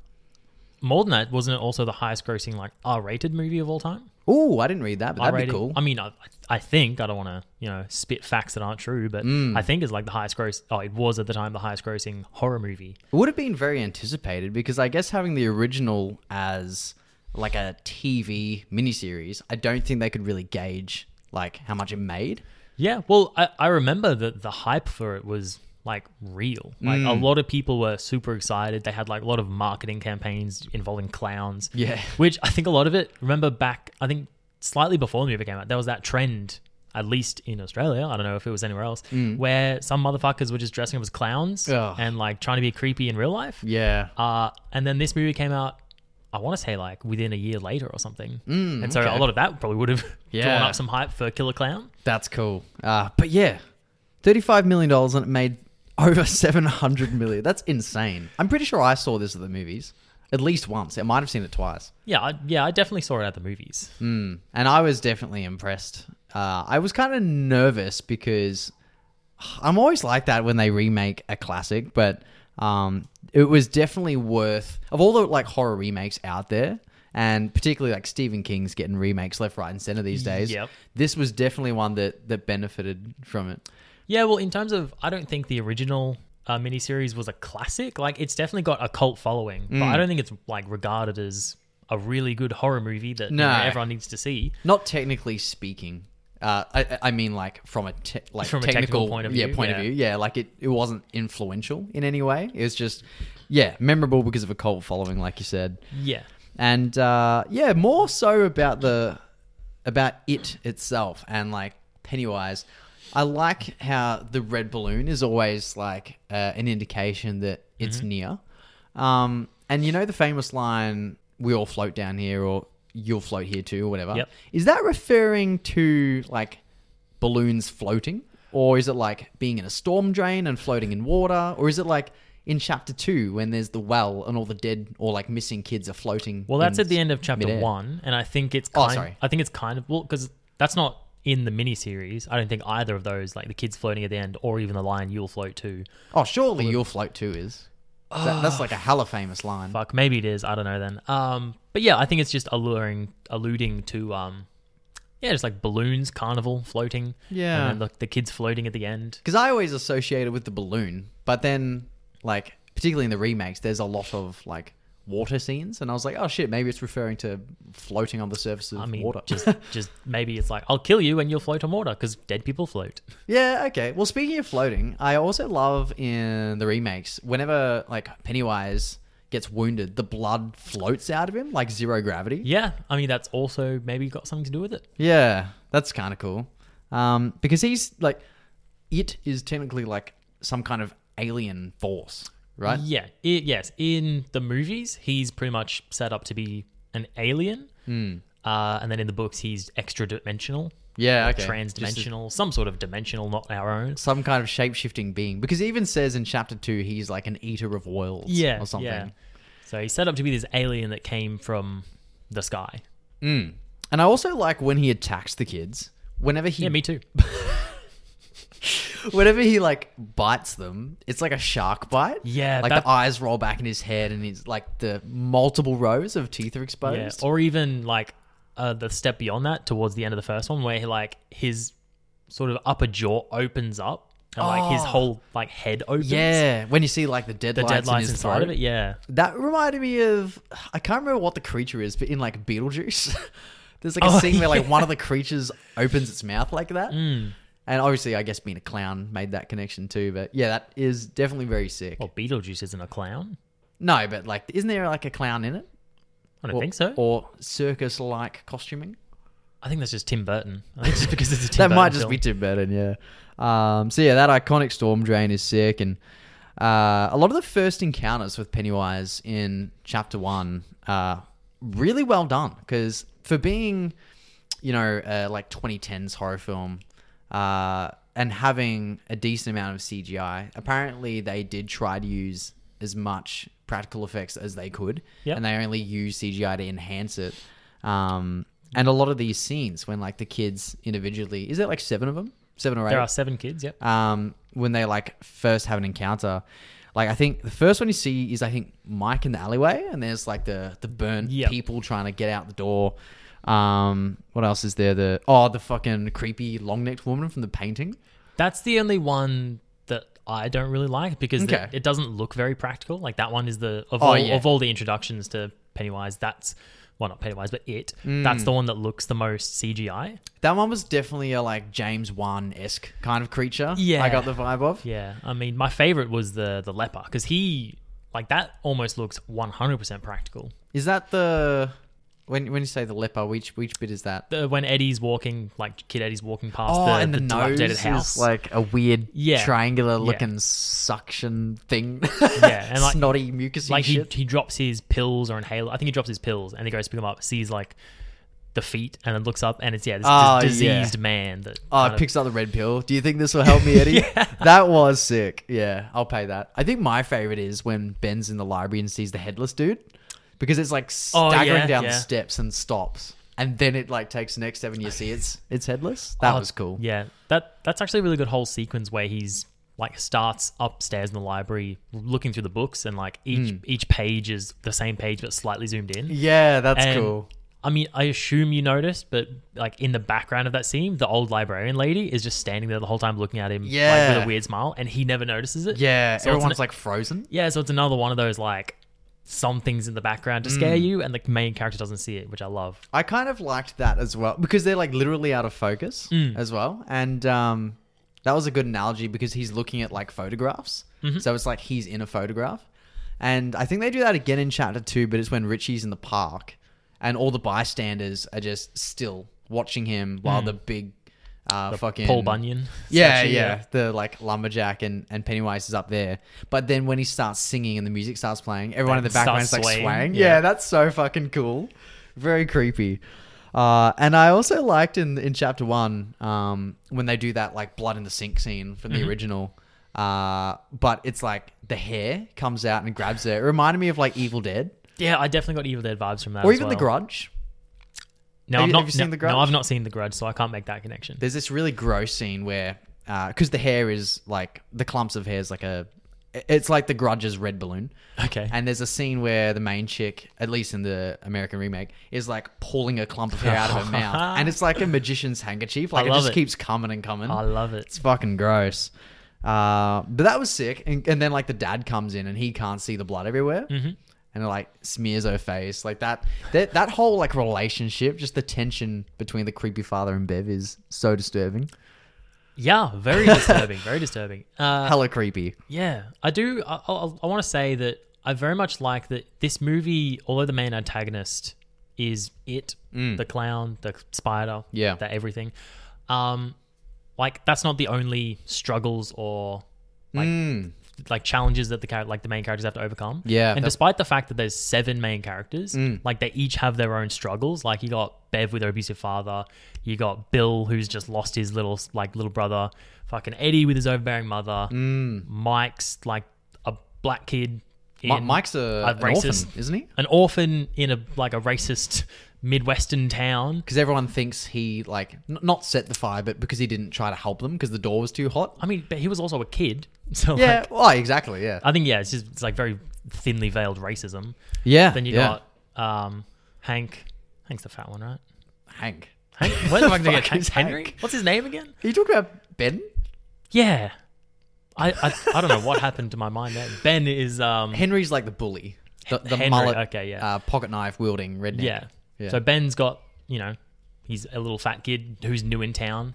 [SPEAKER 2] More than that, wasn't it also the highest grossing like R rated movie of all time?
[SPEAKER 1] Oh, I didn't read that, but that'd
[SPEAKER 2] R-rated.
[SPEAKER 1] be cool.
[SPEAKER 2] I mean, I, I think I don't want to you know spit facts that aren't true, but I think it's like the highest gross. Oh, it was at the time the highest grossing horror movie.
[SPEAKER 1] it would have been very anticipated because I guess having the original as like a TV miniseries, I don't think they could really gauge like how much it made.
[SPEAKER 2] Yeah, well, I, I remember that the hype for it was like real. Like a lot of people were super excited. They had like a lot of marketing campaigns involving clowns.
[SPEAKER 1] Yeah.
[SPEAKER 2] which I think a lot of it. Remember back, I think slightly before the movie came out, there was that trend. At least in Australia, I don't know if it was anywhere else, where some motherfuckers were just dressing up as clowns
[SPEAKER 1] Ugh.
[SPEAKER 2] and like trying to be creepy in real life.
[SPEAKER 1] Yeah,
[SPEAKER 2] Uh, and then this movie came out, I want to say like within a year later or something.
[SPEAKER 1] Mm,
[SPEAKER 2] and so
[SPEAKER 1] okay.
[SPEAKER 2] a lot of that probably would have
[SPEAKER 1] Yeah.
[SPEAKER 2] drawn up some hype for Killer Clown.
[SPEAKER 1] that's cool. Uh, but yeah, thirty-five million dollars and it made over seven hundred million. That's insane. I'm pretty sure I saw this at the movies at least once. I might have seen it twice.
[SPEAKER 2] Yeah, I, yeah, I definitely saw it at the movies.
[SPEAKER 1] Mm. And I was definitely impressed. Uh, I was kind of nervous because I'm always like that when they remake a classic, but um, it was definitely worth of all the like horror remakes out there, and particularly like Stephen King's getting remakes left, right, and center these days.
[SPEAKER 2] Yep.
[SPEAKER 1] This was definitely one that that benefited from it.
[SPEAKER 2] Yeah, well, in terms of, I don't think the original uh, miniseries was a classic. Like, it's definitely got a cult following, but
[SPEAKER 1] Mm.
[SPEAKER 2] I don't think it's like regarded as a really good horror movie that you know,
[SPEAKER 1] No.
[SPEAKER 2] everyone needs to see.
[SPEAKER 1] Not technically speaking. Uh, I, I mean, like from a te- like
[SPEAKER 2] From a
[SPEAKER 1] technical,
[SPEAKER 2] technical point of
[SPEAKER 1] yeah
[SPEAKER 2] view,
[SPEAKER 1] point of
[SPEAKER 2] yeah.
[SPEAKER 1] view, yeah. Like it, it wasn't influential in any way. It was just, yeah, memorable because of a cult following, like you said,
[SPEAKER 2] Yeah.
[SPEAKER 1] and uh, yeah, more so about the about it itself and like Pennywise. I like how the red balloon is always like uh, an indication that it's
[SPEAKER 2] Mm-hmm.
[SPEAKER 1] near. Um, and you know the famous line, "We all float down here," or "You'll float here too," or whatever.
[SPEAKER 2] Yep.
[SPEAKER 1] Is that referring to like balloons floating, or is it like being in a storm drain and floating in water, or is it like in chapter two when there's the well and all the dead or like missing kids are floating?
[SPEAKER 2] Well, that's
[SPEAKER 1] in
[SPEAKER 2] at the end of chapter
[SPEAKER 1] midair?
[SPEAKER 2] one, and I think it's
[SPEAKER 1] Oh,
[SPEAKER 2] kind.
[SPEAKER 1] sorry.
[SPEAKER 2] I think it's kind of well because that's not in the miniseries. I don't think either of those, like the kids floating at the end, or even the line "You'll float too."
[SPEAKER 1] Oh, surely you'll float too is. That, that's like a hella famous line.
[SPEAKER 2] Fuck, maybe it is. I don't know then. Um, but yeah, I think it's just alluring, alluding to um, yeah, just like balloons, carnival, floating.
[SPEAKER 1] Yeah.
[SPEAKER 2] and then the, the kids floating at the end.
[SPEAKER 1] Because I always associate it with the balloon, but then like particularly in the remakes, there's a lot of like water scenes, and I was like, oh shit, maybe it's referring to floating on the surface of
[SPEAKER 2] I mean,
[SPEAKER 1] water.
[SPEAKER 2] just just maybe it's like I'll kill you and you'll float on water because dead people float.
[SPEAKER 1] Yeah, okay. Well, speaking of floating, I also love in the remakes whenever like Pennywise gets wounded, the blood floats out of him like zero gravity.
[SPEAKER 2] yeah, I mean that's also maybe got something to do with it.
[SPEAKER 1] Yeah, that's kind of cool. Um, because he's like, it is technically like some kind of alien force, right?
[SPEAKER 2] Yeah. i yes. In the movies, he's pretty much set up to be an alien.
[SPEAKER 1] Hmm.
[SPEAKER 2] Uh, and then in the books, he's extra dimensional,
[SPEAKER 1] Yeah, okay.
[SPEAKER 2] trans
[SPEAKER 1] Just a-
[SPEAKER 2] dimensional, some sort of dimensional, not our own.
[SPEAKER 1] Some kind of shape shifting being. Because he even says in chapter two, he's like an eater of worlds
[SPEAKER 2] Yeah.
[SPEAKER 1] or something.
[SPEAKER 2] Yeah. So he's set up to be this alien that came from the sky.
[SPEAKER 1] Mm. And I also like when he attacks the kids. Whenever he
[SPEAKER 2] Yeah, me too.
[SPEAKER 1] whenever he like bites them, it's like a shark bite.
[SPEAKER 2] Yeah,
[SPEAKER 1] like
[SPEAKER 2] that-
[SPEAKER 1] the eyes roll back in his head, and he's like the multiple rows of teeth are
[SPEAKER 2] Yeah,
[SPEAKER 1] exposed.
[SPEAKER 2] or even like uh, the step beyond that, towards the end of the first one, where he, like his sort of upper jaw opens up and like his
[SPEAKER 1] Oh.
[SPEAKER 2] whole like head opens.
[SPEAKER 1] Yeah, when you see like the dead
[SPEAKER 2] the
[SPEAKER 1] lights in
[SPEAKER 2] deadlines
[SPEAKER 1] his
[SPEAKER 2] inside
[SPEAKER 1] throat.
[SPEAKER 2] of it. Yeah,
[SPEAKER 1] That reminded me of I can't remember what the creature is, but in like Beetlejuice, there's like a
[SPEAKER 2] Oh,
[SPEAKER 1] scene where like
[SPEAKER 2] yeah. Mm.
[SPEAKER 1] one of the creatures opens its mouth like that. And obviously, I guess being a clown made that connection too. But yeah, that is definitely very sick.
[SPEAKER 2] well, Beetlejuice isn't a clown.
[SPEAKER 1] No, but like, isn't there like a clown in it?
[SPEAKER 2] I don't
[SPEAKER 1] Or,
[SPEAKER 2] think so.
[SPEAKER 1] Or circus-like costuming?
[SPEAKER 2] I think that's just Tim Burton. I think just because it's a Tim
[SPEAKER 1] that
[SPEAKER 2] Burton
[SPEAKER 1] might just
[SPEAKER 2] film.
[SPEAKER 1] be Tim Burton, yeah. Um, so yeah, that iconic storm drain is sick, and uh, a lot of the first encounters with Pennywise in Chapter One are really well done because for being, you know, uh, like 2010s horror film, uh, and having a decent amount of CGI. Apparently, they did try to use as much practical effects as they could,
[SPEAKER 2] Yep.
[SPEAKER 1] and they only use CGI to enhance it. Um, and a lot of these scenes, when like the kids individually, is there like seven of them, seven or eight?
[SPEAKER 2] There are seven kids. Yep.
[SPEAKER 1] um, when they like first have an encounter. Like I think the first one you see is I think Mike in the alleyway, and there's like the the burnt
[SPEAKER 2] Yep.
[SPEAKER 1] people trying to get out the door. Um, what else is there? The oh, the fucking creepy long necked woman from the painting.
[SPEAKER 2] That's the only one that I don't really like because
[SPEAKER 1] Okay.
[SPEAKER 2] it, it doesn't look very practical. Like that one is the of
[SPEAKER 1] Oh,
[SPEAKER 2] all
[SPEAKER 1] yeah.
[SPEAKER 2] of all the introductions to Pennywise. That's well, not Pennywise, but it. That's the one that looks the most CGI.
[SPEAKER 1] That one was definitely a like James Wan esque kind of creature.
[SPEAKER 2] Yeah.
[SPEAKER 1] I got the vibe of.
[SPEAKER 2] Yeah, I mean, my favorite was the the leper because he like that almost looks one hundred percent practical.
[SPEAKER 1] Is that the when when you say the leper? Which which bit is that?
[SPEAKER 2] The, when Eddie's walking, like Kid Eddie's walking past
[SPEAKER 1] oh,
[SPEAKER 2] the,
[SPEAKER 1] and
[SPEAKER 2] the,
[SPEAKER 1] the, nose
[SPEAKER 2] dilapidated
[SPEAKER 1] is
[SPEAKER 2] house,
[SPEAKER 1] like a weird
[SPEAKER 2] Yeah.
[SPEAKER 1] triangular looking suction thing.
[SPEAKER 2] Yeah, and, like-
[SPEAKER 1] snotty mucusy
[SPEAKER 2] like he,
[SPEAKER 1] shit.
[SPEAKER 2] he drops his pills or inhaler. I think he drops his pills and he goes to pick them up, sees like the feet, and then looks up and it's yeah this
[SPEAKER 1] Oh,
[SPEAKER 2] dis-
[SPEAKER 1] yeah.
[SPEAKER 2] diseased man that
[SPEAKER 1] Oh,
[SPEAKER 2] kind
[SPEAKER 1] it
[SPEAKER 2] of-
[SPEAKER 1] picks up the red pill. Do you think this will help me, Eddie? That was sick. Yeah, I'll pay that. I think my favorite is when Ben's in the library and sees the headless dude because it's like
[SPEAKER 2] Oh,
[SPEAKER 1] staggering
[SPEAKER 2] yeah,
[SPEAKER 1] down the
[SPEAKER 2] yeah.
[SPEAKER 1] steps and stops, and then it like takes the next step and you see it's it's headless. That
[SPEAKER 2] Oh,
[SPEAKER 1] was cool.
[SPEAKER 2] Yeah, that that's actually a really good whole sequence where he's like starts upstairs in the library looking through the books and like each each page is the same page but slightly zoomed in.
[SPEAKER 1] Hmm. Yeah, that's
[SPEAKER 2] And,
[SPEAKER 1] cool.
[SPEAKER 2] I mean, I assume you noticed, but like in the background of that scene, the old librarian lady is just standing there the whole time looking at him like with
[SPEAKER 1] Yeah.
[SPEAKER 2] a weird smile and he never notices it.
[SPEAKER 1] Yeah,
[SPEAKER 2] So it's
[SPEAKER 1] everyone's
[SPEAKER 2] an-
[SPEAKER 1] like frozen.
[SPEAKER 2] Yeah, so it's another one of those like some things in the background to
[SPEAKER 1] Mm.
[SPEAKER 2] scare you and the main character doesn't see it, which I love.
[SPEAKER 1] I kind of liked that as well because they're like literally out of focus
[SPEAKER 2] Mm.
[SPEAKER 1] as well. And um, that was a good analogy because he's looking at like photographs.
[SPEAKER 2] Mm-hmm.
[SPEAKER 1] So it's like he's in a photograph. And I think they do that again in chapter two, but it's when Richie's in the park and all the bystanders are just still watching him while the big uh, fucking
[SPEAKER 2] Mm. Paul Bunyan. uh,
[SPEAKER 1] yeah,
[SPEAKER 2] statue,
[SPEAKER 1] yeah, uh, the like lumberjack and, and Pennywise is up there. But then when he starts singing and the music starts playing, everyone in
[SPEAKER 2] They
[SPEAKER 1] the background is
[SPEAKER 2] start
[SPEAKER 1] like swaying.
[SPEAKER 2] swaying.
[SPEAKER 1] Yeah.
[SPEAKER 2] Yeah.
[SPEAKER 1] that's so fucking cool. Very creepy. Uh, and I also liked in in chapter one um, when they do that like blood in the sink scene from the
[SPEAKER 2] Mm-hmm.
[SPEAKER 1] original. Uh, but it's like the hair comes out and grabs her. It reminded me of like Evil Dead
[SPEAKER 2] Yeah, I definitely got Evil Dead vibes from that.
[SPEAKER 1] or
[SPEAKER 2] as
[SPEAKER 1] even The
[SPEAKER 2] well.
[SPEAKER 1] Grudge.
[SPEAKER 2] No,
[SPEAKER 1] Have
[SPEAKER 2] I've
[SPEAKER 1] you-
[SPEAKER 2] not
[SPEAKER 1] have you seen
[SPEAKER 2] no,
[SPEAKER 1] The
[SPEAKER 2] No,
[SPEAKER 1] Grudge?
[SPEAKER 2] I've not seen The Grudge, so I can't make that connection.
[SPEAKER 1] There's this really gross scene where, because the hair is like the clumps of hair is like a, it's like the Grudge's red balloon.
[SPEAKER 2] Okay.
[SPEAKER 1] And there's a scene where the main chick, at least in the American remake, is like pulling a clump of hair out of her mouth, and it's like a magician's handkerchief. Like
[SPEAKER 2] I
[SPEAKER 1] it
[SPEAKER 2] love
[SPEAKER 1] just
[SPEAKER 2] it.
[SPEAKER 1] keeps coming and coming.
[SPEAKER 2] I love it.
[SPEAKER 1] It's fucking gross. Uh, but that was sick. And, and then like the dad comes in and he can't see the blood everywhere. Mm-hmm. And it like smears her face like that, that. That whole like relationship, just the tension between the creepy father and Bev is so disturbing.
[SPEAKER 2] Yeah, very disturbing. very disturbing. Uh,
[SPEAKER 1] Hella creepy.
[SPEAKER 2] yeah, I do. I, I, I want to say that I very much like that this movie, although the main antagonist is it, the clown, the spider,
[SPEAKER 1] Yeah.
[SPEAKER 2] the everything. Um, like that's not the only struggles or like
[SPEAKER 1] mm,
[SPEAKER 2] like challenges that the character, like the main characters have to overcome.
[SPEAKER 1] Yeah, Mm.
[SPEAKER 2] and
[SPEAKER 1] that-
[SPEAKER 2] despite the fact that there's seven main characters, like they each have their own struggles. Like you got Bev with her abusive father, you got Bill who's just lost his little like little brother, fucking Eddie with his overbearing mother, Mike's like a black
[SPEAKER 1] Mm.
[SPEAKER 2] kid.
[SPEAKER 1] Mi-
[SPEAKER 2] in-
[SPEAKER 1] Mike's a,
[SPEAKER 2] a
[SPEAKER 1] an
[SPEAKER 2] racist-
[SPEAKER 1] orphan, isn't he?
[SPEAKER 2] an orphan in a like a racist midwestern town.
[SPEAKER 1] because everyone thinks he like n- not set the fire, but because he didn't try to help them because the door was too hot.
[SPEAKER 2] I mean, but he was also a kid, so
[SPEAKER 1] Yeah,
[SPEAKER 2] like,
[SPEAKER 1] well, exactly. Yeah,
[SPEAKER 2] I think yeah, it's just it's like very thinly veiled racism.
[SPEAKER 1] yeah.
[SPEAKER 2] Then you
[SPEAKER 1] yeah.
[SPEAKER 2] got um, Hank. Hank's the fat one, right?
[SPEAKER 1] Hank.
[SPEAKER 2] Hank. Where the fuck did I get
[SPEAKER 1] Fuck
[SPEAKER 2] Hank?
[SPEAKER 1] is
[SPEAKER 2] Henry?
[SPEAKER 1] Hank?
[SPEAKER 2] What's his name again?
[SPEAKER 1] Are you talking about Ben?
[SPEAKER 2] Yeah. I, I I don't know what happened to my mind there. Ben is um
[SPEAKER 1] Henry's like the bully, the, the
[SPEAKER 2] Henry,
[SPEAKER 1] mullet,
[SPEAKER 2] okay, yeah.
[SPEAKER 1] uh, pocket knife wielding redneck.
[SPEAKER 2] yeah.
[SPEAKER 1] Yeah.
[SPEAKER 2] So Ben's got you know he's a little fat kid who's new in
[SPEAKER 1] Mm.
[SPEAKER 2] town,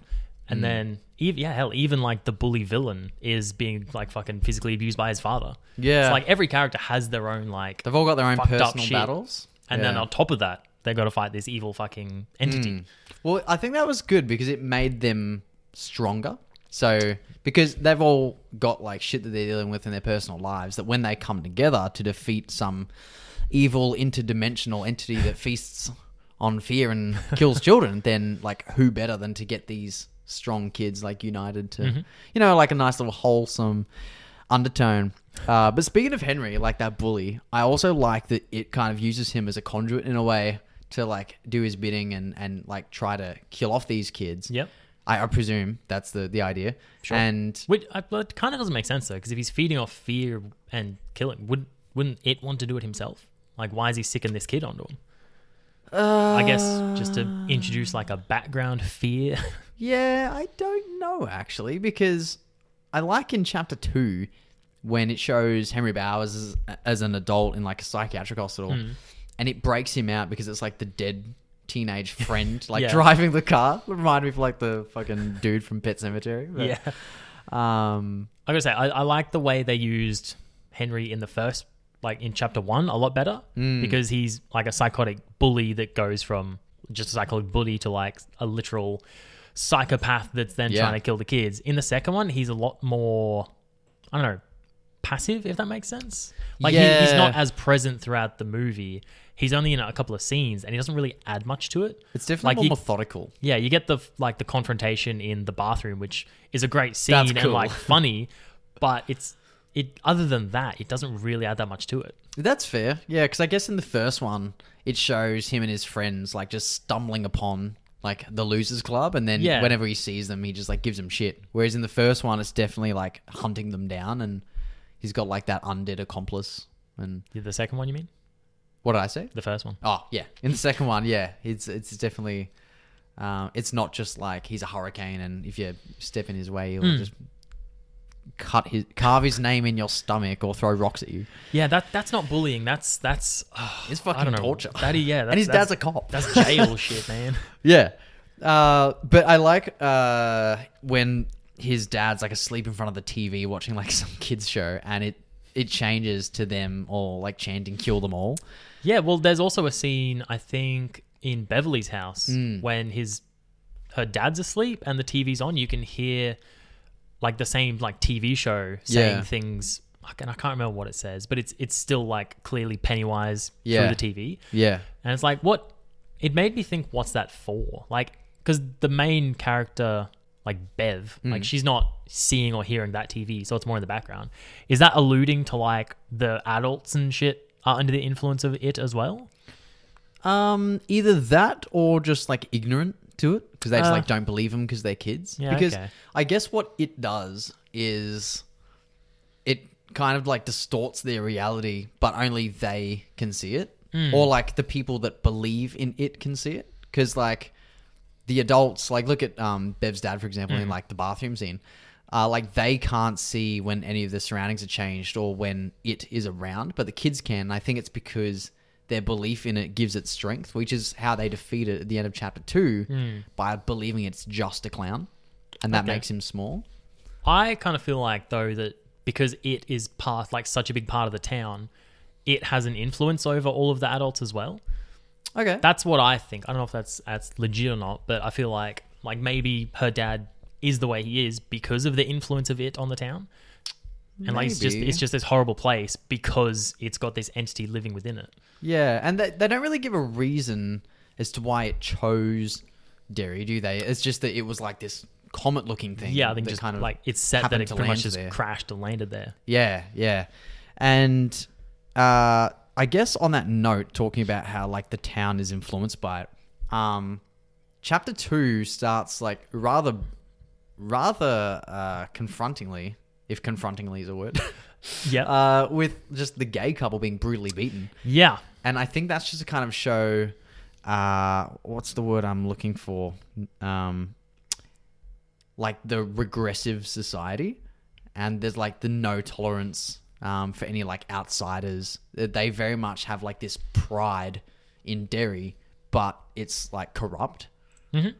[SPEAKER 2] and then even yeah hell even like the bully villain is being like fucking physically abused by his father.
[SPEAKER 1] Yeah.
[SPEAKER 2] It's like every character has their own like,
[SPEAKER 1] they've all got their own
[SPEAKER 2] Fucked up
[SPEAKER 1] personal
[SPEAKER 2] shit.
[SPEAKER 1] battles.
[SPEAKER 2] and then
[SPEAKER 1] Yeah. Mm.
[SPEAKER 2] on top of that they got to fight this evil fucking entity.
[SPEAKER 1] Well, I think that was good because it made them stronger. So because they've all got like shit that they're dealing with in their personal lives, that when they come together to defeat some evil interdimensional entity that feasts on fear and kills children, then like who better than to get these strong kids like united to, you know, like a nice little wholesome undertone. Uh, but speaking of Henry, like that bully, I also like that it kind of uses him as a conduit in a way to like do his bidding and and like try to kill off these kids.
[SPEAKER 2] Yep.
[SPEAKER 1] I, I presume that's the the idea. Sure. And
[SPEAKER 2] Which I, well, it kind of doesn't make sense though, because if he's feeding off fear and killing, would wouldn't it want to do it himself? Like, why is he sicking this kid onto him? I guess just to introduce like a background fear.
[SPEAKER 1] uh, Yeah, I don't know actually because I like in chapter two when it shows Henry Bowers as, as an adult in like a psychiatric hospital,
[SPEAKER 2] Hmm.
[SPEAKER 1] and it breaks him out because it's like the dead teenage friend like
[SPEAKER 2] Yeah.
[SPEAKER 1] driving the car. Reminded me of like the fucking dude from Pet Cemetery. but,
[SPEAKER 2] yeah,
[SPEAKER 1] Um.
[SPEAKER 2] I gotta say, I, I like the way they used Henry in the first, like in chapter one, a lot better
[SPEAKER 1] Mm.
[SPEAKER 2] because he's like a psychotic bully that goes from just a psychotic bully to like a literal psychopath that's then
[SPEAKER 1] Yeah.
[SPEAKER 2] trying to kill the kids. In the second one, he's a lot more, I don't know, passive, if that makes sense. Like he, he's
[SPEAKER 1] Yeah.
[SPEAKER 2] not as present throughout the movie. He's only in a couple of scenes and he doesn't really add much to it.
[SPEAKER 1] It's definitely
[SPEAKER 2] Like,
[SPEAKER 1] more
[SPEAKER 2] you-
[SPEAKER 1] methodical.
[SPEAKER 2] Yeah, you get the like the confrontation in the bathroom, which is a great scene
[SPEAKER 1] That's
[SPEAKER 2] and
[SPEAKER 1] cool.
[SPEAKER 2] like funny, but it's it. Other than that, it doesn't really add that much to it.
[SPEAKER 1] That's fair. Yeah, because I guess in the first one, it shows him and his friends like just stumbling upon like the losers club, and then
[SPEAKER 2] Yeah.
[SPEAKER 1] whenever he sees them, he just like gives them shit. Whereas in the first one, it's definitely like hunting them down, and he's got like that undead accomplice. And
[SPEAKER 2] The second one, you mean?
[SPEAKER 1] what did I say?
[SPEAKER 2] The first one?
[SPEAKER 1] Oh yeah, in the second one, yeah, it's it's definitely, um, it's not just like he's a hurricane, and if you step in his way, he'll
[SPEAKER 2] Hmm.
[SPEAKER 1] just cut his carve his name in your stomach or throw rocks at you.
[SPEAKER 2] Yeah, that that's not bullying. That's that's ah,
[SPEAKER 1] It's
[SPEAKER 2] I
[SPEAKER 1] fucking
[SPEAKER 2] don't know.
[SPEAKER 1] torture.
[SPEAKER 2] That is- yeah, that's,
[SPEAKER 1] and his
[SPEAKER 2] that's,
[SPEAKER 1] dad's a cop.
[SPEAKER 2] that's jail shit, man.
[SPEAKER 1] Yeah. Uh, but I like uh, when his dad's like asleep in front of the TV watching like some kids show and it it changes to them all like chanting kill them all.
[SPEAKER 2] Yeah, well, there's also a scene I think in Beverly's house
[SPEAKER 1] Hmm.
[SPEAKER 2] when his her dad's asleep and the TV's on. You can hear like the same like TV show saying
[SPEAKER 1] Yeah.
[SPEAKER 2] things. I can- I can't remember what it says, but it's it's still like clearly Pennywise
[SPEAKER 1] Yeah.
[SPEAKER 2] through the TV,
[SPEAKER 1] Yeah.
[SPEAKER 2] and it's like what it made me think. What's that for? Like, because the main character, like Bev, like she's not seeing or hearing that TV, so it's more in the background. Is that alluding to like the adults and shit are under the influence of it as well?
[SPEAKER 1] Um either that or just like ignorant to it because they just
[SPEAKER 2] Uh.
[SPEAKER 1] like don't believe him because they're kids.
[SPEAKER 2] Yeah,
[SPEAKER 1] because
[SPEAKER 2] okay.
[SPEAKER 1] I guess what it does is it kind of like distorts their reality, but only they can see it,
[SPEAKER 2] Hmm.
[SPEAKER 1] or like the people that believe in it can see it. Because like the adults, like look at um, Bev's dad for example,
[SPEAKER 2] Mm.
[SPEAKER 1] in like the bathroom scene, uh, like they can't see when any of the surroundings are changed or when it is around, but the kids can. And I think it's because their belief in it gives it strength, which is how they defeat it at the end of chapter two by believing it's just a clown, and that
[SPEAKER 2] Mm. Okay.
[SPEAKER 1] makes him small.
[SPEAKER 2] I kind of feel like though that because it is part like such a big part of the town, it has an influence over all of the adults as well.
[SPEAKER 1] Okay.
[SPEAKER 2] That's what I think. I don't know if that's that's legit or not, but I feel like like maybe her dad is the way he is because of the influence of it on the town. And like it's just
[SPEAKER 1] Maybe.
[SPEAKER 2] it's just this horrible place because it's got this entity living within it.
[SPEAKER 1] Yeah, and they, they don't really give a reason as to why it chose Derry, do they? It's just that it was like this comet-looking thing.
[SPEAKER 2] Yeah, I think
[SPEAKER 1] that
[SPEAKER 2] just kind of like it's set that
[SPEAKER 1] happened
[SPEAKER 2] it
[SPEAKER 1] to
[SPEAKER 2] pretty much
[SPEAKER 1] land
[SPEAKER 2] just
[SPEAKER 1] there.
[SPEAKER 2] crashed and landed there.
[SPEAKER 1] yeah, yeah, and uh, I guess on that note, talking about how like the town is influenced by it, um, chapter two starts like rather, rather uh, confrontingly, if confrontingly is a word,
[SPEAKER 2] Yeah.
[SPEAKER 1] uh, with just the gay couple being brutally beaten,
[SPEAKER 2] yeah.
[SPEAKER 1] and I think that's just to kind of show, uh, what's the word I'm looking for, um, like the regressive society, and there's like the no tolerance um, for any like outsiders. They very much have like this pride in Derry, but it's like corrupt. Mm-hmm.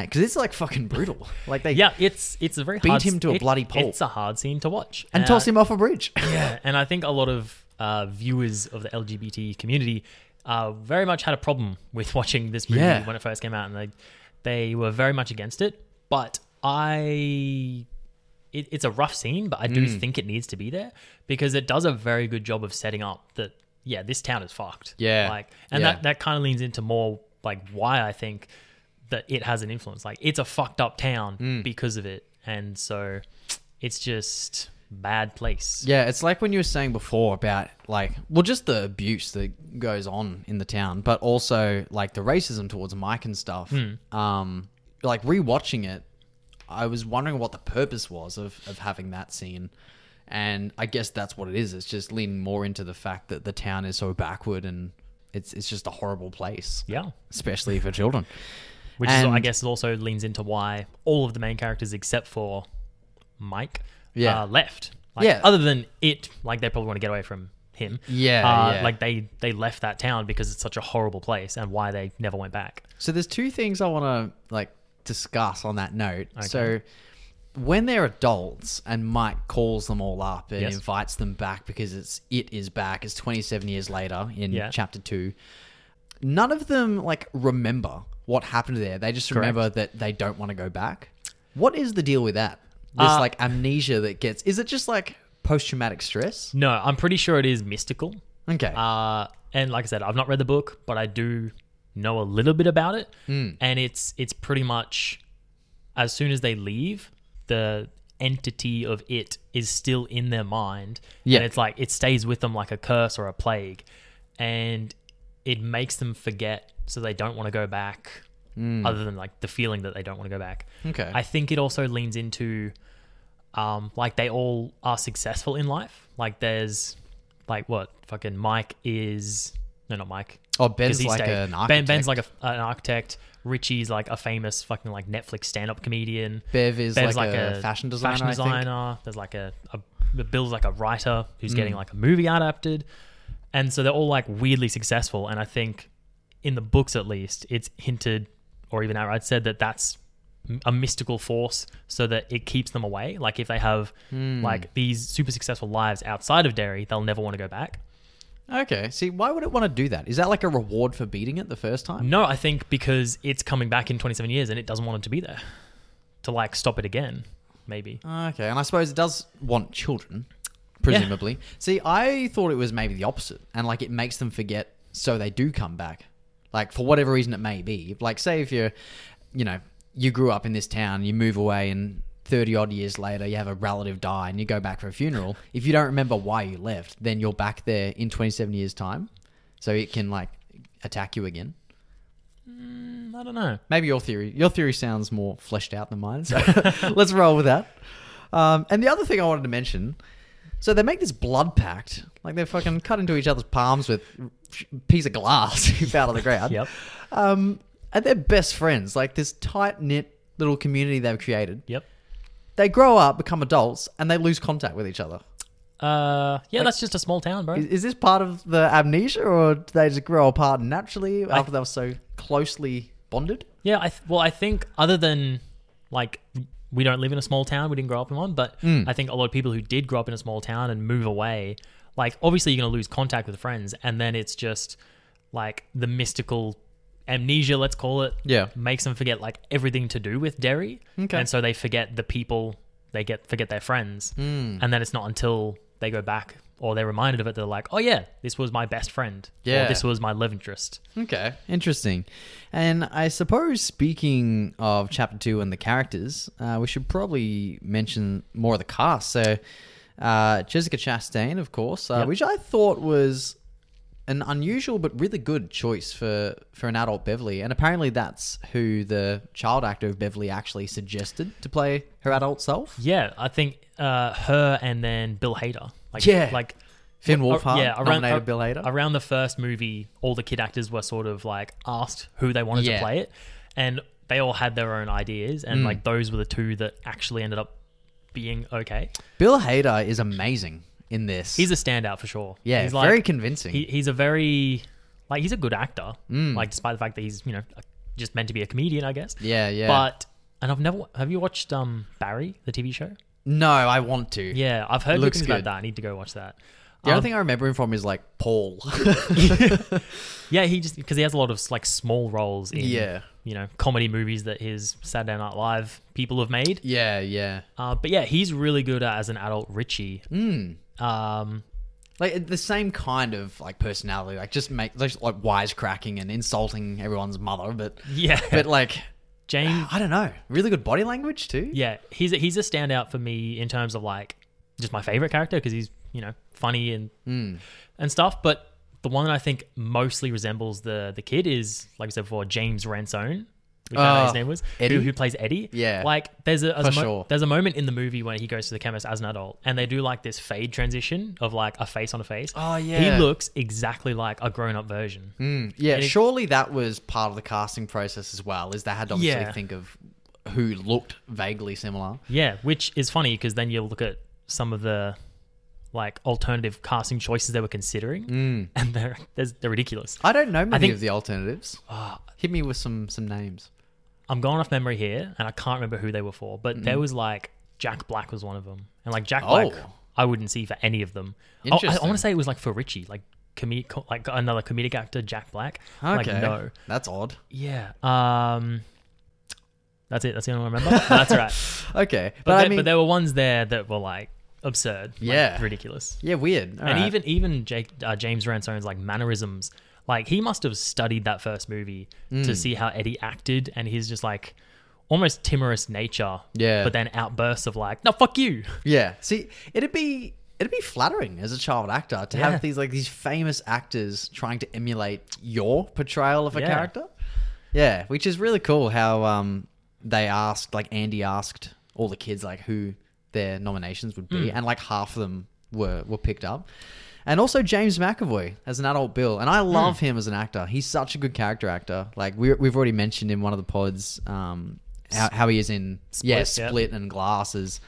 [SPEAKER 1] Because it's like fucking brutal. Like they
[SPEAKER 2] Yeah, it's it's a very
[SPEAKER 1] Beat
[SPEAKER 2] hard
[SPEAKER 1] him to a
[SPEAKER 2] it-
[SPEAKER 1] bloody pulp.
[SPEAKER 2] It's a hard scene to watch.
[SPEAKER 1] and toss him off a bridge.
[SPEAKER 2] Yeah, and I think a lot of uh, viewers of the LGBT community uh, very much had a problem with watching this movie
[SPEAKER 1] Yeah.
[SPEAKER 2] when it first came out, and they they were very much against it. But I, it, it's a rough scene, but I do
[SPEAKER 1] Mm.
[SPEAKER 2] think it needs to be there because it does a very good job of setting up that yeah, this town is fucked.
[SPEAKER 1] Yeah.
[SPEAKER 2] like, and
[SPEAKER 1] Yeah.
[SPEAKER 2] that that kind of leans into more like why I think that it has an influence. Like it's a fucked up town
[SPEAKER 1] Mm.
[SPEAKER 2] because of it, and so it's just bad place.
[SPEAKER 1] Yeah, it's like when you were saying before about like well just the abuse that goes on in the town, but also like the racism towards Mike and stuff. Um like rewatching it, I was wondering what the purpose was of, of having that scene. And I guess that's what it is. It's just leaning more into the fact that the town is so backward and it's it's just a horrible place.
[SPEAKER 2] Yeah.
[SPEAKER 1] Especially for children.
[SPEAKER 2] Which is, I
[SPEAKER 1] And-
[SPEAKER 2] guess also leans into why all of the main characters except for Mike
[SPEAKER 1] Yeah.
[SPEAKER 2] uh, left. Like,
[SPEAKER 1] Yeah.
[SPEAKER 2] Other than it, like they probably want to get away from him.
[SPEAKER 1] Yeah,
[SPEAKER 2] Uh,
[SPEAKER 1] yeah.
[SPEAKER 2] Like they they left that town because it's such a horrible place and why they never went back.
[SPEAKER 1] So there's two things I want to like discuss on that note. So when they're adults and Mike calls them all up and
[SPEAKER 2] Yes.
[SPEAKER 1] invites them back because it's it is back. It's 27 years later in
[SPEAKER 2] Yeah.
[SPEAKER 1] chapter 2. None of them like remember what happened there. They just remember that they don't want to go back. What is the deal with that? This
[SPEAKER 2] Uh,
[SPEAKER 1] like amnesia that gets Is it just like post traumatic stress?
[SPEAKER 2] No, I'm pretty sure it is mystical.
[SPEAKER 1] Okay.
[SPEAKER 2] Uh, and like I said, I've not read the book, but I do know a little bit about it. And it's it's pretty much as soon as they leave, the entity of it is still in their mind.
[SPEAKER 1] Yeah.
[SPEAKER 2] And it's like it stays with them like a curse or a plague. And it makes them forget so they don't want to go back other than like the feeling that they don't want to go back.
[SPEAKER 1] okay.
[SPEAKER 2] I think it also leans into um, like they all are successful in life. Like there's like what fucking Mike is no not Mike.
[SPEAKER 1] oh,
[SPEAKER 2] 'cause
[SPEAKER 1] Ben's
[SPEAKER 2] he
[SPEAKER 1] like
[SPEAKER 2] stayed-
[SPEAKER 1] an architect.
[SPEAKER 2] Ben, Ben's like a, an architect. Richie's like a famous fucking like Netflix stand up comedian.
[SPEAKER 1] Bev is
[SPEAKER 2] Ben's
[SPEAKER 1] like, a, fashion designer.
[SPEAKER 2] Fashion
[SPEAKER 1] I think.
[SPEAKER 2] designer. There's like a, a Bill's like a writer who's
[SPEAKER 1] Mm.
[SPEAKER 2] getting like a movie adapted, and so they're all like weirdly successful. And I think in the books, at least, it's hinted or even outright said that that's m- a mystical force, so that it keeps them away. Like if they have
[SPEAKER 1] Hmm.
[SPEAKER 2] like these super successful lives outside of Derry, they'll never want to go back.
[SPEAKER 1] Okay. See, why would it want to do that? Is that like a reward for beating it the first time?
[SPEAKER 2] No, I think because it's coming back in 27 years and it doesn't want it to be there to like stop it again, maybe.
[SPEAKER 1] Okay. And I suppose it does want children, presumably. See, I thought it was maybe the opposite, and like it makes them forget, so they do come back. Like for whatever reason it may be. Like say if you're, you know, you grew up in this town, you move away, and thirty odd years later you have a relative die, and you go back for a funeral. If you don't remember why you left, then you're back there in twenty seven years time, so it can like attack you again.
[SPEAKER 2] Mm, I don't know.
[SPEAKER 1] Maybe your theory. Your theory sounds more fleshed out than mine. So let's roll with that. Um, and the other thing I wanted to mention. So they make this blood pact, like they fucking cut into each other's palms with a piece of glass who fell on the ground.
[SPEAKER 2] Yep.
[SPEAKER 1] Um, and they're best friends, like this tight knit little community they've created.
[SPEAKER 2] Yep.
[SPEAKER 1] They grow up, become adults, and they lose contact with each other.
[SPEAKER 2] Uh, yeah, that's just a small town, bro.
[SPEAKER 1] Is, is this part of the amnesia, or do they just grow apart naturally after they were so closely bonded?
[SPEAKER 2] Yeah, I th- well, I think other than like we don't live in a small town, we didn't grow up in one, but
[SPEAKER 1] Hmm.
[SPEAKER 2] I think a lot of people who did grow up in a small town and move away, like obviously you're gonna lose contact with friends, and then it's just like the mystical amnesia, let's call it,
[SPEAKER 1] Yeah.
[SPEAKER 2] makes them forget like everything to do with Derry,
[SPEAKER 1] Okay.
[SPEAKER 2] and so they forget the people, they get forget their friends,
[SPEAKER 1] Hmm.
[SPEAKER 2] and then it's not until they go back or they're reminded of it, they're like, oh yeah, this was my best friend,
[SPEAKER 1] Yeah.
[SPEAKER 2] or this was my love interest.
[SPEAKER 1] Okay, interesting. And I suppose speaking of chapter two and the characters, uh, we should probably mention more of the cast. So, uh, Jessica Chastain, of course, uh,
[SPEAKER 2] Yep.
[SPEAKER 1] which I thought was an unusual but really good choice for for an adult Beverly, and apparently that's who the child actor of Beverly actually suggested to play her adult self.
[SPEAKER 2] Yeah, I think uh, her and then Bill Hader. Like,
[SPEAKER 1] Yeah.
[SPEAKER 2] like
[SPEAKER 1] Finn
[SPEAKER 2] ar-
[SPEAKER 1] Wolfhard nominated
[SPEAKER 2] ar-
[SPEAKER 1] Bill Hader.
[SPEAKER 2] uh, Around uh, the first movie, all the kid actors were sort of like asked who they wanted
[SPEAKER 1] Yeah. Hmm.
[SPEAKER 2] to play it, and they all had their own ideas, and like those were the two that actually ended up being okay.
[SPEAKER 1] Bill Hader is amazing in this.
[SPEAKER 2] He's a standout for sure.
[SPEAKER 1] yeah,
[SPEAKER 2] he's
[SPEAKER 1] very convincing. Hmm.
[SPEAKER 2] he, he's a very like he's a good actor. Like despite the fact that he's you know just meant to be a comedian, I guess.
[SPEAKER 1] yeah, yeah.
[SPEAKER 2] But and I've never have you watched um Barry the TV show?
[SPEAKER 1] no, I want to.
[SPEAKER 2] Yeah, I've heard good
[SPEAKER 1] Looks
[SPEAKER 2] things
[SPEAKER 1] good.
[SPEAKER 2] about that. I need to go watch that.
[SPEAKER 1] The
[SPEAKER 2] Um,
[SPEAKER 1] only thing I remember him from is like Paul.
[SPEAKER 2] Yeah, he just because he has a lot of like small roles in
[SPEAKER 1] Yeah.
[SPEAKER 2] you know comedy movies that his Saturday Night Live people have made.
[SPEAKER 1] yeah, yeah.
[SPEAKER 2] Uh, but yeah, he's really good uh, as an adult Richie.
[SPEAKER 1] Mm.
[SPEAKER 2] Um,
[SPEAKER 1] Hmm. Like the same kind of like personality, like just make just like wisecracking and insulting everyone's mother, but
[SPEAKER 2] yeah,
[SPEAKER 1] but like
[SPEAKER 2] James.
[SPEAKER 1] I don't know, really good body language too.
[SPEAKER 2] Yeah, he's a, he's a standout for me in terms of like just my favorite character because he's you know funny and
[SPEAKER 1] Hmm.
[SPEAKER 2] and stuff. But the one that I think mostly resembles the the kid is like we said before, James Ransone. We found out
[SPEAKER 1] Oh,
[SPEAKER 2] his name was
[SPEAKER 1] Eddie?
[SPEAKER 2] Who, who plays Eddie.
[SPEAKER 1] Yeah.
[SPEAKER 2] like there's a,
[SPEAKER 1] For
[SPEAKER 2] there's a mo-
[SPEAKER 1] sure.
[SPEAKER 2] there's a moment in the movie when he goes to the chemist as an adult, and they do like this fade transition of like a face on a face.
[SPEAKER 1] Oh, yeah.
[SPEAKER 2] he looks exactly like a grown up version.
[SPEAKER 1] Mm, yeah.
[SPEAKER 2] And it-
[SPEAKER 1] surely that was part of the casting process as well. Is they had to obviously
[SPEAKER 2] Yeah.
[SPEAKER 1] think of who looked vaguely similar.
[SPEAKER 2] Yeah, which is funny because then you look at some of the like alternative casting choices they were considering,
[SPEAKER 1] Mm.
[SPEAKER 2] and they're they're, they're ridiculous.
[SPEAKER 1] I don't know many
[SPEAKER 2] think- Ah.
[SPEAKER 1] of the alternatives. Hit me with some some names.
[SPEAKER 2] I'm going off memory here, and I can't remember who they were for, but there was like Jack Black was one of them, and like Jack Black,
[SPEAKER 1] Oh.
[SPEAKER 2] I wouldn't see for any of them. Oh, I, want
[SPEAKER 1] Interesting.
[SPEAKER 2] to say it was like for Richie, like comedic, co- like another comedic actor, Jack Black. Like
[SPEAKER 1] Okay,
[SPEAKER 2] no,
[SPEAKER 1] that's odd.
[SPEAKER 2] yeah. Um, that's it. That's the only one I remember. No, that's all right.
[SPEAKER 1] Okay, but,
[SPEAKER 2] But, there,
[SPEAKER 1] I mean,
[SPEAKER 2] but there were ones there that were like absurd, like,
[SPEAKER 1] Yeah.
[SPEAKER 2] ridiculous.
[SPEAKER 1] yeah, weird.
[SPEAKER 2] and even even Jake, uh, James Ransone's like mannerisms, like he must have studied that first movie
[SPEAKER 1] Mm.
[SPEAKER 2] to see how Eddie acted, and he's just like almost timorous nature,
[SPEAKER 1] Yeah.
[SPEAKER 2] But then outbursts of like, no, fuck you,
[SPEAKER 1] Yeah. See, it'd be it'd be flattering as a child actor to
[SPEAKER 2] Yeah.
[SPEAKER 1] have these like these famous actors trying to emulate your portrayal of a
[SPEAKER 2] Yeah.
[SPEAKER 1] character. Yeah, which is really cool how um they asked like Andy asked all the kids like who their nominations would
[SPEAKER 2] Mm.
[SPEAKER 1] be and like half of them were were picked up. And also James McAvoy as an adult Bill, and I love
[SPEAKER 2] Mm.
[SPEAKER 1] him as an actor. He's such a good character actor. Like we we've already mentioned in one of the pods um how, how he is in yeah,
[SPEAKER 2] Split, yeah.
[SPEAKER 1] Split and glasses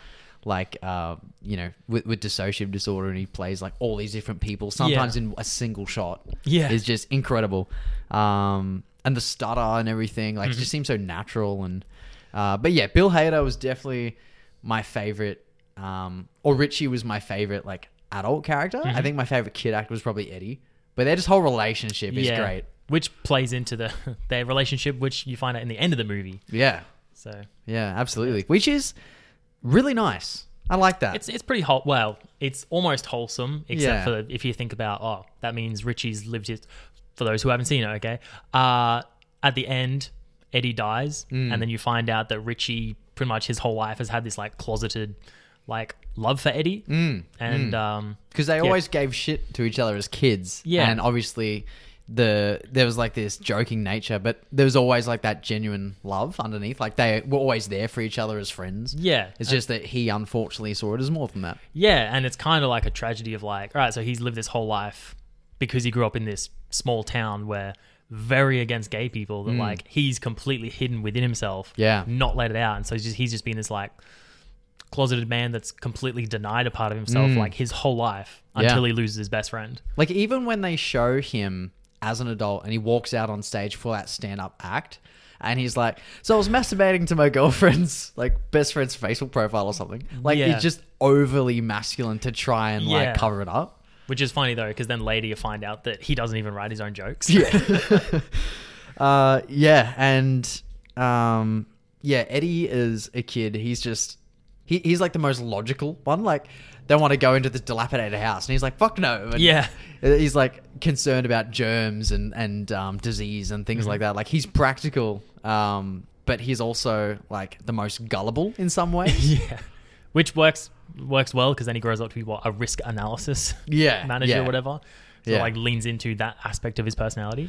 [SPEAKER 1] like uh, you know with, with dissociative disorder and he plays like all these different people sometimes in a single shot
[SPEAKER 2] Yeah.
[SPEAKER 1] is just incredible um, and the stutter and everything like it just seems so natural and uh, but yeah bill hader was definitely my favorite um, or richie was my favorite like adult character i think my favorite kid actor was probably eddie but their just whole relationship is great
[SPEAKER 2] Which plays into the their relationship, which you find out in the end of the movie.
[SPEAKER 1] yeah
[SPEAKER 2] So
[SPEAKER 1] yeah absolutely which is really nice i like that
[SPEAKER 2] it's it's pretty whole. Well, it's almost wholesome,
[SPEAKER 1] Yeah.
[SPEAKER 2] except for if you think about oh, that means Richie's lived his. For those who haven't seen it, okay. Uh, at the end, Eddie dies, and then you find out that Richie, pretty much his whole life, has had this like closeted, like love for Eddie, mm. and um,
[SPEAKER 1] because they always gave shit to each other as kids.
[SPEAKER 2] Yeah.
[SPEAKER 1] and obviously the there was like this joking nature, but there was always like that genuine love underneath. Like they were always there for each other as friends.
[SPEAKER 2] yeah,
[SPEAKER 1] It's just that he unfortunately saw it as more than that.
[SPEAKER 2] Yeah, and it's kind of like a tragedy of like, all right, so he's lived his whole life because he grew up in this small town where very against gay people that like he's completely hidden within himself.
[SPEAKER 1] Mm. Yeah.
[SPEAKER 2] Not let it out. And so he's just he's just been this like closeted man that's completely denied a part of himself like his whole life
[SPEAKER 1] Mm. Yeah.
[SPEAKER 2] until he loses his best friend.
[SPEAKER 1] Like even when they show him as an adult and he walks out on stage for that stand up act and he's like, So I was masturbating to my girlfriend's like best friend's Facebook profile or something. Like
[SPEAKER 2] Yeah.
[SPEAKER 1] he's just overly masculine to try and
[SPEAKER 2] Yeah.
[SPEAKER 1] like cover it up.
[SPEAKER 2] Which is funny though, because then later you find out that he doesn't even write his own jokes.
[SPEAKER 1] Uh, yeah, and um, yeah, Eddie is a kid. He's just he, he's like the most logical one. Like they want to go into this dilapidated house, and he's like, "Fuck no!" And
[SPEAKER 2] Yeah.
[SPEAKER 1] he's like concerned about germs and and um, disease and
[SPEAKER 2] Mm-hmm.
[SPEAKER 1] things like that. Like he's practical, um, but he's also like the most gullible in some ways.
[SPEAKER 2] yeah. Which works works well because then he grows up to be what a risk analysis
[SPEAKER 1] Yeah,
[SPEAKER 2] manager
[SPEAKER 1] yeah.
[SPEAKER 2] or whatever. So
[SPEAKER 1] Yeah.
[SPEAKER 2] it like leans into that aspect of his personality.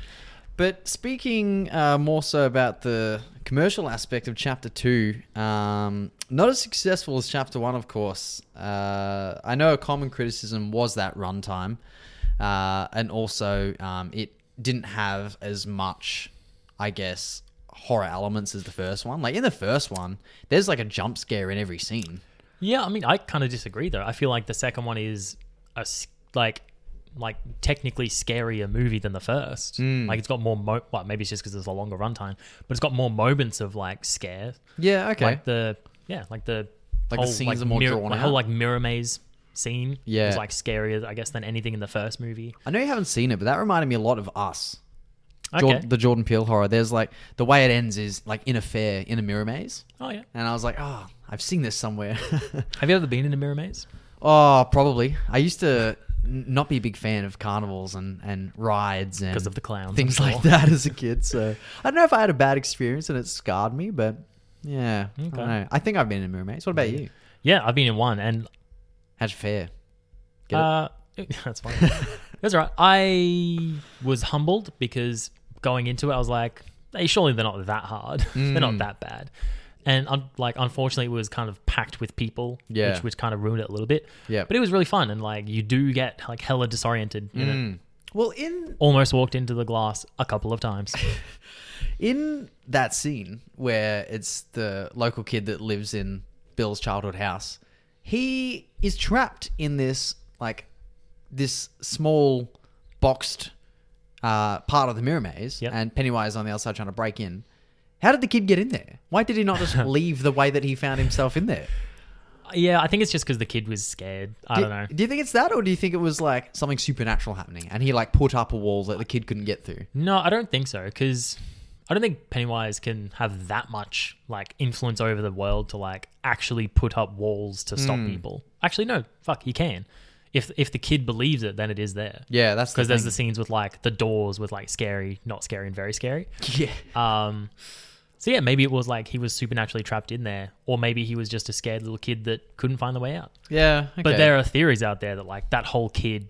[SPEAKER 1] But speaking uh, more so about the commercial aspect of Chapter 2, um, not as successful as Chapter 1, of course. Uh, I know a common criticism was that runtime, uh, and also um, it didn't have as much, I guess, horror elements as the first one. Like in the first one, there's like a jump scare in every scene.
[SPEAKER 2] Yeah, I mean, I kind of disagree though. I feel like the second one is a s- like like technically scarier movie than the first.
[SPEAKER 1] Mm.
[SPEAKER 2] Like it's got more mo- well, maybe it's just because there's a longer runtime, but it's got more moments of like scares.
[SPEAKER 1] Yeah, okay.
[SPEAKER 2] Like the yeah, like the
[SPEAKER 1] Like the scenes are more
[SPEAKER 2] mirror,
[SPEAKER 1] drawn
[SPEAKER 2] the
[SPEAKER 1] out.
[SPEAKER 2] whole like mirror maze scene.
[SPEAKER 1] Yeah.
[SPEAKER 2] is like scarier, I guess, than anything in the first movie.
[SPEAKER 1] I know you haven't seen it, but that reminded me a lot of Us.
[SPEAKER 2] Okay.
[SPEAKER 1] Jordan, the Jordan Peele horror. There's like the way it ends is like in a fair in a mirror maze,
[SPEAKER 2] oh yeah.
[SPEAKER 1] and I was like, oh, I've seen this somewhere.
[SPEAKER 2] Have you ever been in a mirror maze?
[SPEAKER 1] oh, probably. I used to n- not be a big fan of carnivals and and rides and
[SPEAKER 2] 'Cause of the clowns, I'm
[SPEAKER 1] things like
[SPEAKER 2] sure.
[SPEAKER 1] that as a kid. So I don't know if I had a bad experience and it scarred me, but yeah, I don't
[SPEAKER 2] Okay.
[SPEAKER 1] know. I think I've been in a mirror maze. What about you?
[SPEAKER 2] Yeah, I've been in one, and
[SPEAKER 1] How'd you fare? Get it?
[SPEAKER 2] Uh, that's fine. that's all right. I was humbled because going into it, I was like, hey, surely they're not that hard. they're
[SPEAKER 1] Mm.
[SPEAKER 2] not that bad. And un- like, unfortunately, it was kind of packed with people,
[SPEAKER 1] Yeah.
[SPEAKER 2] which, which kind of ruined it a little bit.
[SPEAKER 1] Yeah.
[SPEAKER 2] But it was really fun, and like, you do get like hella disoriented. In it.
[SPEAKER 1] Mm. Well, in
[SPEAKER 2] Almost walked into the glass a couple of times.
[SPEAKER 1] In that scene where it's the local kid that lives in Bill's childhood house, he is trapped in this like this small boxed uh, part of the mirror maze,
[SPEAKER 2] Yep.
[SPEAKER 1] and Pennywise on the other side trying to break in. How did the kid get in there? Why did he not just leave the way that he found himself in there?
[SPEAKER 2] yeah, I think it's just because the kid was scared. I
[SPEAKER 1] Do,
[SPEAKER 2] don't know.
[SPEAKER 1] do you think it's that, or do you think it was like something supernatural happening, and he like put up a wall that the kid couldn't get through?
[SPEAKER 2] No, I don't think so. Because I don't think Pennywise can have that much like influence over the world to like actually put up walls to stop people. Actually, no, fuck, he can. If if the kid believes it, then it is there.
[SPEAKER 1] Yeah, that's
[SPEAKER 2] Because there's the
[SPEAKER 1] thing.
[SPEAKER 2] scenes with like the doors with like scary, not scary, and very scary.
[SPEAKER 1] yeah.
[SPEAKER 2] Um, so yeah, maybe it was like he was supernaturally trapped in there, or maybe he was just a scared little kid that couldn't find the way out.
[SPEAKER 1] Yeah, okay.
[SPEAKER 2] But there are theories out there that like that whole kid,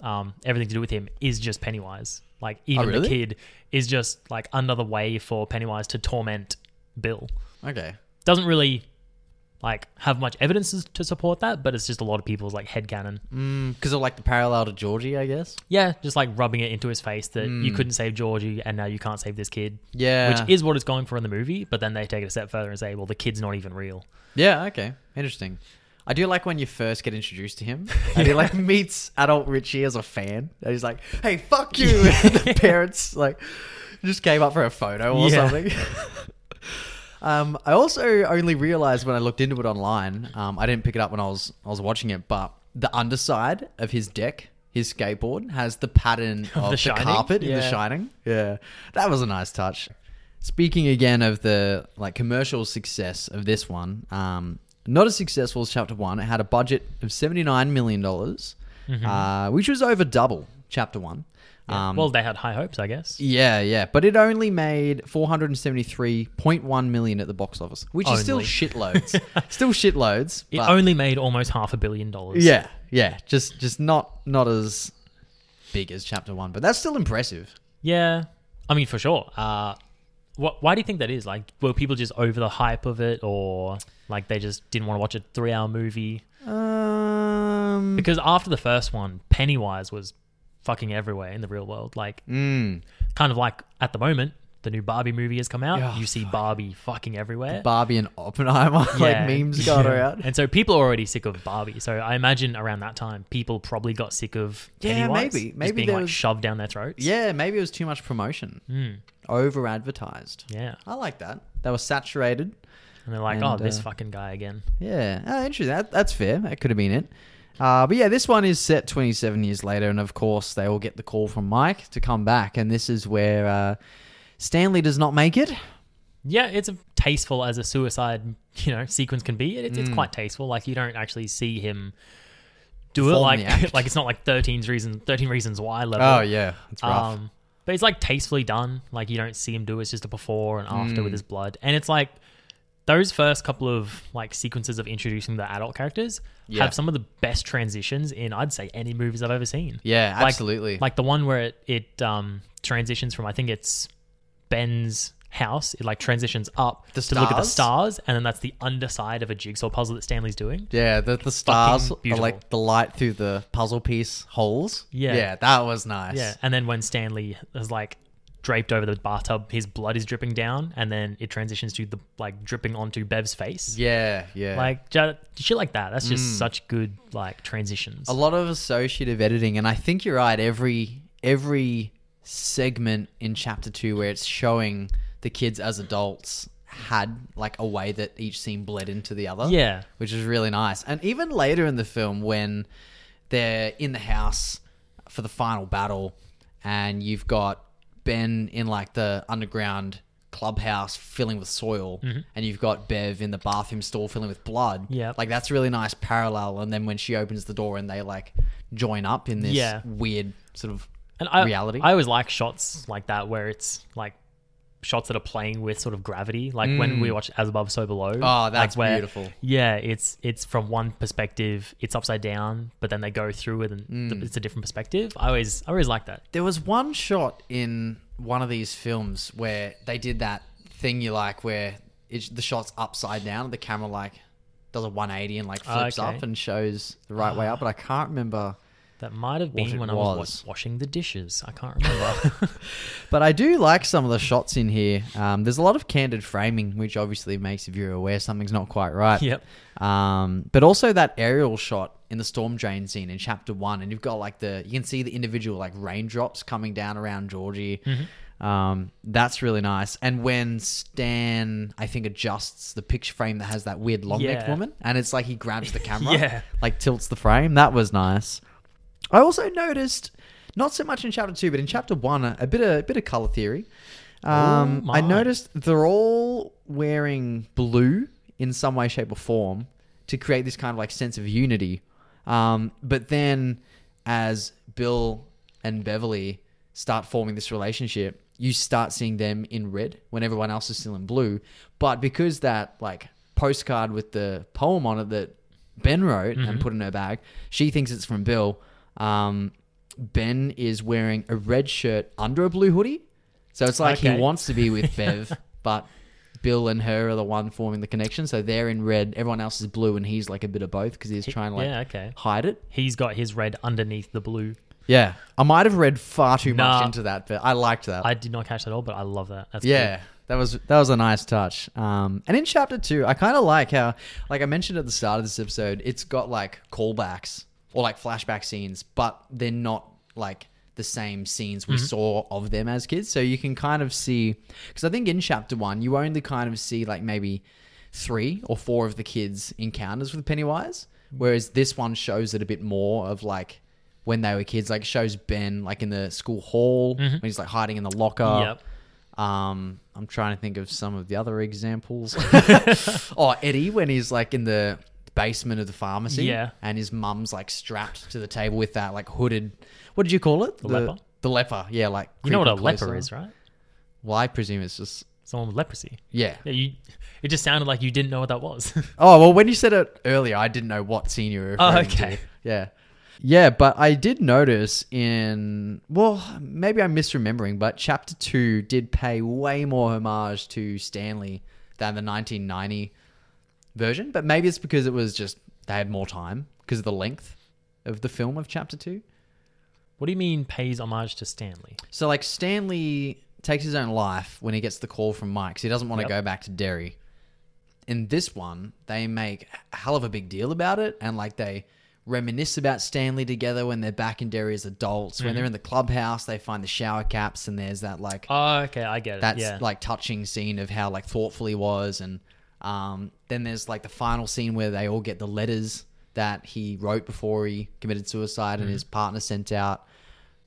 [SPEAKER 2] um, everything to do with him is just Pennywise. Like even
[SPEAKER 1] really?
[SPEAKER 2] the kid is just like another way for Pennywise to torment Bill.
[SPEAKER 1] okay.
[SPEAKER 2] Doesn't really like have much evidence as- to support that, but it's just a lot of people's like headcanon.
[SPEAKER 1] Mm. Because of like the parallel to Georgie, I guess.
[SPEAKER 2] Yeah, just like rubbing it into his face that you couldn't save Georgie and now you can't save this kid.
[SPEAKER 1] Mm. Yeah.
[SPEAKER 2] Which is what it's going for in the movie, but then they take it a step further and say, well, the kid's not even real.
[SPEAKER 1] Yeah, okay. Interesting. I do like when you first get introduced to him. And he like meets adult Richie as a fan. And he's like, Hey, fuck you The parents like just came up for a photo or
[SPEAKER 2] Yeah.
[SPEAKER 1] something. um, I also only realized when I looked into it online, um, I didn't pick it up when I was I was watching it, but the underside of his deck, his skateboard, has the pattern of, the,
[SPEAKER 2] Shining?
[SPEAKER 1] carpet in the
[SPEAKER 2] Yeah.
[SPEAKER 1] shining. Yeah. That was a nice touch. Speaking again of the like commercial success of this one, um, not as successful as Chapter One. It had a budget of seventy nine million dollars,
[SPEAKER 2] Mm-hmm.
[SPEAKER 1] uh, which was over double Chapter One. Um,
[SPEAKER 2] well, they had high hopes, I guess.
[SPEAKER 1] yeah, yeah, but it only made four hundred and seventy three point one million at the box office, which is still
[SPEAKER 2] Only.
[SPEAKER 1] shitloads, still shitloads.
[SPEAKER 2] It
[SPEAKER 1] but-
[SPEAKER 2] only made almost half a billion dollars.
[SPEAKER 1] yeah, yeah, just just not not as big as Chapter One, but that's still impressive.
[SPEAKER 2] Yeah, I mean for sure. Uh, wh- why do you think that is? Like, were people just over the hype of it, or like they just didn't want to watch a three-hour movie?
[SPEAKER 1] Um,
[SPEAKER 2] Because after the first one, Pennywise was fucking everywhere in the real world. Like,
[SPEAKER 1] mm.
[SPEAKER 2] kind of like at the moment, the new Barbie movie has come out.
[SPEAKER 1] Yeah,
[SPEAKER 2] you see Barbie fucking everywhere.
[SPEAKER 1] Barbie and Oppenheimer like memes got
[SPEAKER 2] Eh? Yeah.
[SPEAKER 1] around.
[SPEAKER 2] and so people are already sick of Barbie. So I imagine around that time, people probably got sick of
[SPEAKER 1] Yeah,
[SPEAKER 2] Pennywise
[SPEAKER 1] maybe.
[SPEAKER 2] just
[SPEAKER 1] Maybe
[SPEAKER 2] being
[SPEAKER 1] there
[SPEAKER 2] like
[SPEAKER 1] was-
[SPEAKER 2] shoved down their throats.
[SPEAKER 1] Yeah, maybe it was too much promotion,
[SPEAKER 2] Mm,
[SPEAKER 1] over advertised.
[SPEAKER 2] yeah,
[SPEAKER 1] I like that. They were saturated.
[SPEAKER 2] and they're like,
[SPEAKER 1] And,
[SPEAKER 2] oh, this
[SPEAKER 1] uh,
[SPEAKER 2] fucking guy again.
[SPEAKER 1] Yeah, Ah, interesting. That, that's fair. That could have been it. Uh, but yeah, this one is set 27 years later, and of course they all get the call from Mike to come back, and this is where uh, Stanley does not make it.
[SPEAKER 2] Yeah, it's a, tasteful as a suicide, you know, sequence can be. It, it's,
[SPEAKER 1] Mm.
[SPEAKER 2] it's quite tasteful. Like you don't actually see him do
[SPEAKER 1] Perform
[SPEAKER 2] it
[SPEAKER 1] the act.
[SPEAKER 2] like like it's not like 13 reasons 13 reasons why level.
[SPEAKER 1] Oh yeah, it's rough.
[SPEAKER 2] Um
[SPEAKER 1] Mm.
[SPEAKER 2] but it's like tastefully done. Like you don't see him do it. It's just a before and after with his blood. And it's like those first couple of like sequences of introducing the adult characters
[SPEAKER 1] Yeah.
[SPEAKER 2] have some of the best transitions in I'd say any movies I've ever seen.
[SPEAKER 1] Yeah,
[SPEAKER 2] Like-
[SPEAKER 1] absolutely.
[SPEAKER 2] Like the one where it, it um transitions from I think it's Ben's house, it like transitions up
[SPEAKER 1] The
[SPEAKER 2] to look at the
[SPEAKER 1] stars?
[SPEAKER 2] stars, and then that's the underside of a jigsaw puzzle that Stanley's doing.
[SPEAKER 1] yeah, the, the stars are
[SPEAKER 2] beautiful.
[SPEAKER 1] like the light through the puzzle piece holes.
[SPEAKER 2] Yeah.
[SPEAKER 1] Yeah, that was nice.
[SPEAKER 2] Yeah. And then when Stanley is like draped over the bathtub, his blood is dripping down, and then it transitions to the like dripping onto Bev's face.
[SPEAKER 1] Yeah, yeah.
[SPEAKER 2] Like ju- shit like that. That's just such good like transitions.
[SPEAKER 1] a lot of associative editing and i think you're right every every segment in chapter 2 where it's showing the kids as adults had like a way that each scene bled into the other
[SPEAKER 2] Yeah.
[SPEAKER 1] which is really nice and even later in the film when they're in the house for the final battle and you've got ben in like the underground clubhouse filling with soil
[SPEAKER 2] Mm-hmm.
[SPEAKER 1] and you've got bev in the bathroom stall filling with blood
[SPEAKER 2] Yeah.
[SPEAKER 1] like that's a really nice parallel. And then when she opens the door and they like join up in this
[SPEAKER 2] Yeah.
[SPEAKER 1] weird sort of
[SPEAKER 2] and I,
[SPEAKER 1] reality.
[SPEAKER 2] I always like shots like that where it's like shots that are playing with sort of gravity. Like when we watch As Above, So Below.
[SPEAKER 1] Mm. oh,
[SPEAKER 2] like,
[SPEAKER 1] that's
[SPEAKER 2] where-
[SPEAKER 1] beautiful.
[SPEAKER 2] Yeah, it's it's from one perspective, it's upside down, but then they go through it and
[SPEAKER 1] Mm.
[SPEAKER 2] th- it's a different perspective. I always I always like that.
[SPEAKER 1] There was one shot in one of these films where they did that thing you like where it's, the shot's upside down and the camera like does a 180 and like
[SPEAKER 2] Ah,
[SPEAKER 1] flips
[SPEAKER 2] okay.
[SPEAKER 1] up and shows the right way up. But I can't remember.
[SPEAKER 2] That might have
[SPEAKER 1] it
[SPEAKER 2] been when I was
[SPEAKER 1] was.
[SPEAKER 2] wa- washing the dishes. I can't remember.
[SPEAKER 1] But I do like some of the shots in here. Um, there's a lot of candid framing, which obviously makes the viewer aware something's not quite right.
[SPEAKER 2] Yep.
[SPEAKER 1] Um, but also that aerial shot in the storm drain scene in chapter one, and you've got like the you can see the individual like raindrops coming down around Georgie.
[SPEAKER 2] Mm-hmm.
[SPEAKER 1] Um, that's really nice. And when Stan, I think, adjusts the picture frame that has that weird long necked
[SPEAKER 2] Yeah.
[SPEAKER 1] woman, and it's like he grabs the camera,
[SPEAKER 2] Yeah.
[SPEAKER 1] like tilts the frame. That was nice. I also noticed, not so much in chapter two, but in chapter one, a, a bit of a bit of color theory. Um,
[SPEAKER 2] Oh
[SPEAKER 1] I
[SPEAKER 2] my.
[SPEAKER 1] noticed they're all wearing blue in some way, shape, or form to create this kind of like sense of unity. Um, but then, as Bill and Beverly start forming this relationship, you start seeing them in red when everyone else is still in blue. But because that like postcard with the poem on it that Ben wrote and put in her bag, she thinks it's from Bill. Um, ben is wearing a red shirt under a blue hoodie. So it's like
[SPEAKER 2] Okay.
[SPEAKER 1] he wants to be with Bev, but Bill and her are the one forming the connection. So they're in red, everyone else is blue, and he's like a bit of both because he's trying to like
[SPEAKER 2] yeah, okay.
[SPEAKER 1] hide it.
[SPEAKER 2] He's got his red underneath the blue.
[SPEAKER 1] Yeah. I might have read far too much
[SPEAKER 2] Nah.
[SPEAKER 1] into that, but I liked that.
[SPEAKER 2] I did not catch that at all, but I love that. That's
[SPEAKER 1] yeah. That was that was a nice touch. Um, and in chapter two, I kind of like how, like I mentioned at the start of this episode, it's got like callbacks or like flashback scenes, but they're not like the same scenes
[SPEAKER 2] Mm-hmm.
[SPEAKER 1] we saw of them as kids. So you can kind of see because I think in chapter one you only kind of see like maybe three or four of the kids' encounters with Pennywise,
[SPEAKER 2] Mm-hmm.
[SPEAKER 1] whereas this one shows it a bit more of like when they were kids. Like it shows Ben like in the school hall when he's like hiding in the locker.
[SPEAKER 2] Mm-hmm. Yep.
[SPEAKER 1] Um, I'm trying to think of some of the other examples. oh, Eddie when he's like in the basement of the pharmacy,
[SPEAKER 2] Yeah.
[SPEAKER 1] and his mum's like strapped to the table with that like hooded. What did you call it? The,
[SPEAKER 2] leper?
[SPEAKER 1] The leper. Yeah, like
[SPEAKER 2] You know what a
[SPEAKER 1] creeping
[SPEAKER 2] leper
[SPEAKER 1] closer.
[SPEAKER 2] is, right?
[SPEAKER 1] Well, I presume it's just
[SPEAKER 2] Someone with leprosy.
[SPEAKER 1] yeah.
[SPEAKER 2] Yeah, you. It just sounded like you didn't know what that was.
[SPEAKER 1] Oh well, when you said it earlier, I didn't know what scene you were. Referring
[SPEAKER 2] Oh,
[SPEAKER 1] To.
[SPEAKER 2] okay.
[SPEAKER 1] Yeah, yeah, but I did notice in well, maybe I'm misremembering, but chapter two did pay way more homage to Stanley than the 1990 version. But maybe it's because it was just they had more time because of the length of the film of chapter two.
[SPEAKER 2] what do you mean pays homage to Stanley?
[SPEAKER 1] So like Stanley takes his own life when he gets the call from Mike. 'cause he doesn't want
[SPEAKER 2] Yep.
[SPEAKER 1] to go back to Derry. In this one, they make a hell of a big deal about it, and like they reminisce about Stanley together when they're back in Derry as adults. When they're in the clubhouse, they find the shower caps, and there's that like
[SPEAKER 2] Oh, okay, I get it.
[SPEAKER 1] that's
[SPEAKER 2] yeah.
[SPEAKER 1] like touching scene of how like thoughtful he was, and um, then there's like the final scene where they all get the letters that he wrote before he committed suicide
[SPEAKER 2] Mm-hmm.
[SPEAKER 1] and his partner sent out.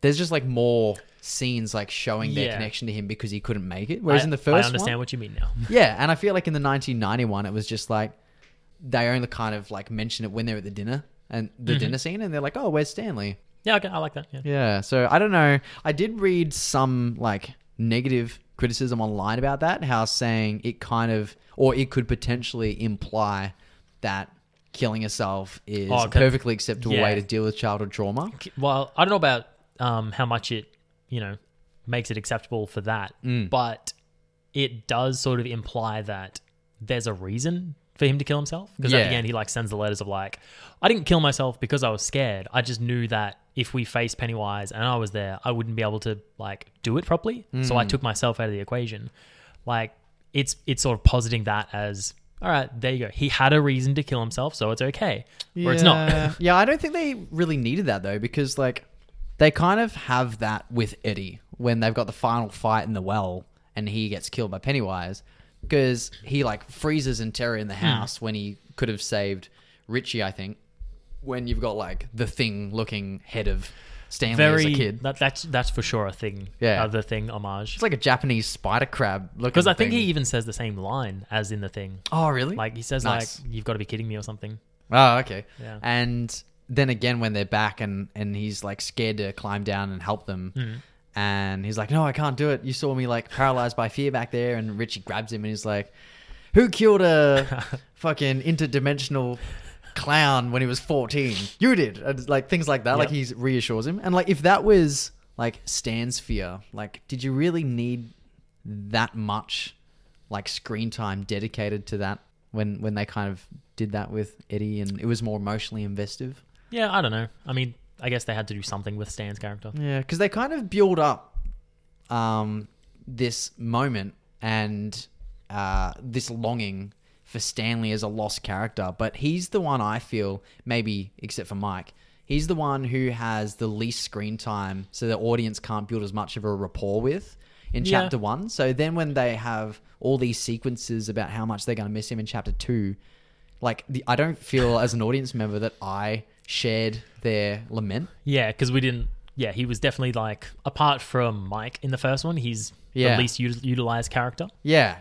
[SPEAKER 1] There's just like more scenes like showing their
[SPEAKER 2] Yeah.
[SPEAKER 1] connection to him because he couldn't make it. Whereas
[SPEAKER 2] I-
[SPEAKER 1] in the first
[SPEAKER 2] I understand
[SPEAKER 1] one,
[SPEAKER 2] what you mean now.
[SPEAKER 1] yeah, and I feel like in the 1991, it was just like they only kind of like mention it when they're at the dinner and the
[SPEAKER 2] Mm-hmm.
[SPEAKER 1] dinner scene, and they're like, "Oh, where's Stanley?"
[SPEAKER 2] Yeah, okay, I like that. Yeah.
[SPEAKER 1] Yeah, so I don't know. I did read some like negative criticism online about that, how saying it kind of, or it could potentially imply that killing yourself is
[SPEAKER 2] Oh,
[SPEAKER 1] a
[SPEAKER 2] can-
[SPEAKER 1] perfectly acceptable
[SPEAKER 2] yeah.
[SPEAKER 1] way to deal with childhood trauma.
[SPEAKER 2] Well, I don't know about um, how much it, you know, makes it acceptable for that,
[SPEAKER 1] Mm.
[SPEAKER 2] but it does sort of imply that there's a reason for him to kill himself. Because at
[SPEAKER 1] Yeah.
[SPEAKER 2] the end, he like sends the letters of like, I didn't kill myself because I was scared. I just knew that if we faced Pennywise and I was there, I wouldn't be able to like do it properly. So I
[SPEAKER 1] Mm.
[SPEAKER 2] took myself out of the equation. Like it's it's sort of positing that as all right, there you go. He had a reason to kill himself, so it's okay, or it's not.
[SPEAKER 1] yeah, I don't think they really needed that though, because like they kind of have that with Eddie when they've got the final fight in the well and he gets killed by Pennywise because he like freezes in terror
[SPEAKER 2] Hmm.
[SPEAKER 1] in the house when he could have saved Richie, I think. When you've got like the thing looking head of Stanley as a kid.
[SPEAKER 2] That, that's that's for sure a thing.
[SPEAKER 1] Yeah.
[SPEAKER 2] uh, the thing homage.
[SPEAKER 1] It's like a Japanese spider crab looking
[SPEAKER 2] Because I think
[SPEAKER 1] thing.
[SPEAKER 2] he even says the same line as in the thing.
[SPEAKER 1] Oh really?
[SPEAKER 2] Like he says,
[SPEAKER 1] Nice.
[SPEAKER 2] like you've got to be kidding me or something.
[SPEAKER 1] Oh, okay.
[SPEAKER 2] Yeah.
[SPEAKER 1] And then again, when they're back and and he's like scared to climb down and help them, and he's like, "No, I can't do it. You saw me like paralyzed by fear back there." And Richie grabs him and he's like, "Who killed a fucking interdimensional?" clown when he was 14 you did and, like things like that like he reassures him and like if that was like stan's fear like did you really need that much like screen time dedicated to that when when they kind of did that with Eddie and it was more emotionally investive.
[SPEAKER 2] Yeah, I don't know. I mean, I guess they had to do something with Stan's character.
[SPEAKER 1] Yeah, because they kind of build up um, this moment and uh, this longing for Stanley as a lost character, but he's the one I feel maybe except for Mike. He's the one who has the least screen time, so the audience can't build as much of a rapport with in
[SPEAKER 2] Yeah.
[SPEAKER 1] chapter one. So then, when they have all these sequences about how much they're going to miss him in chapter two, like the, I don't feel as an audience member that I shared their lament.
[SPEAKER 2] Yeah, because we didn't. Yeah, he was definitely like apart from Mike in the first one, he's
[SPEAKER 1] Yeah.
[SPEAKER 2] the least util- utilized character.
[SPEAKER 1] Yeah.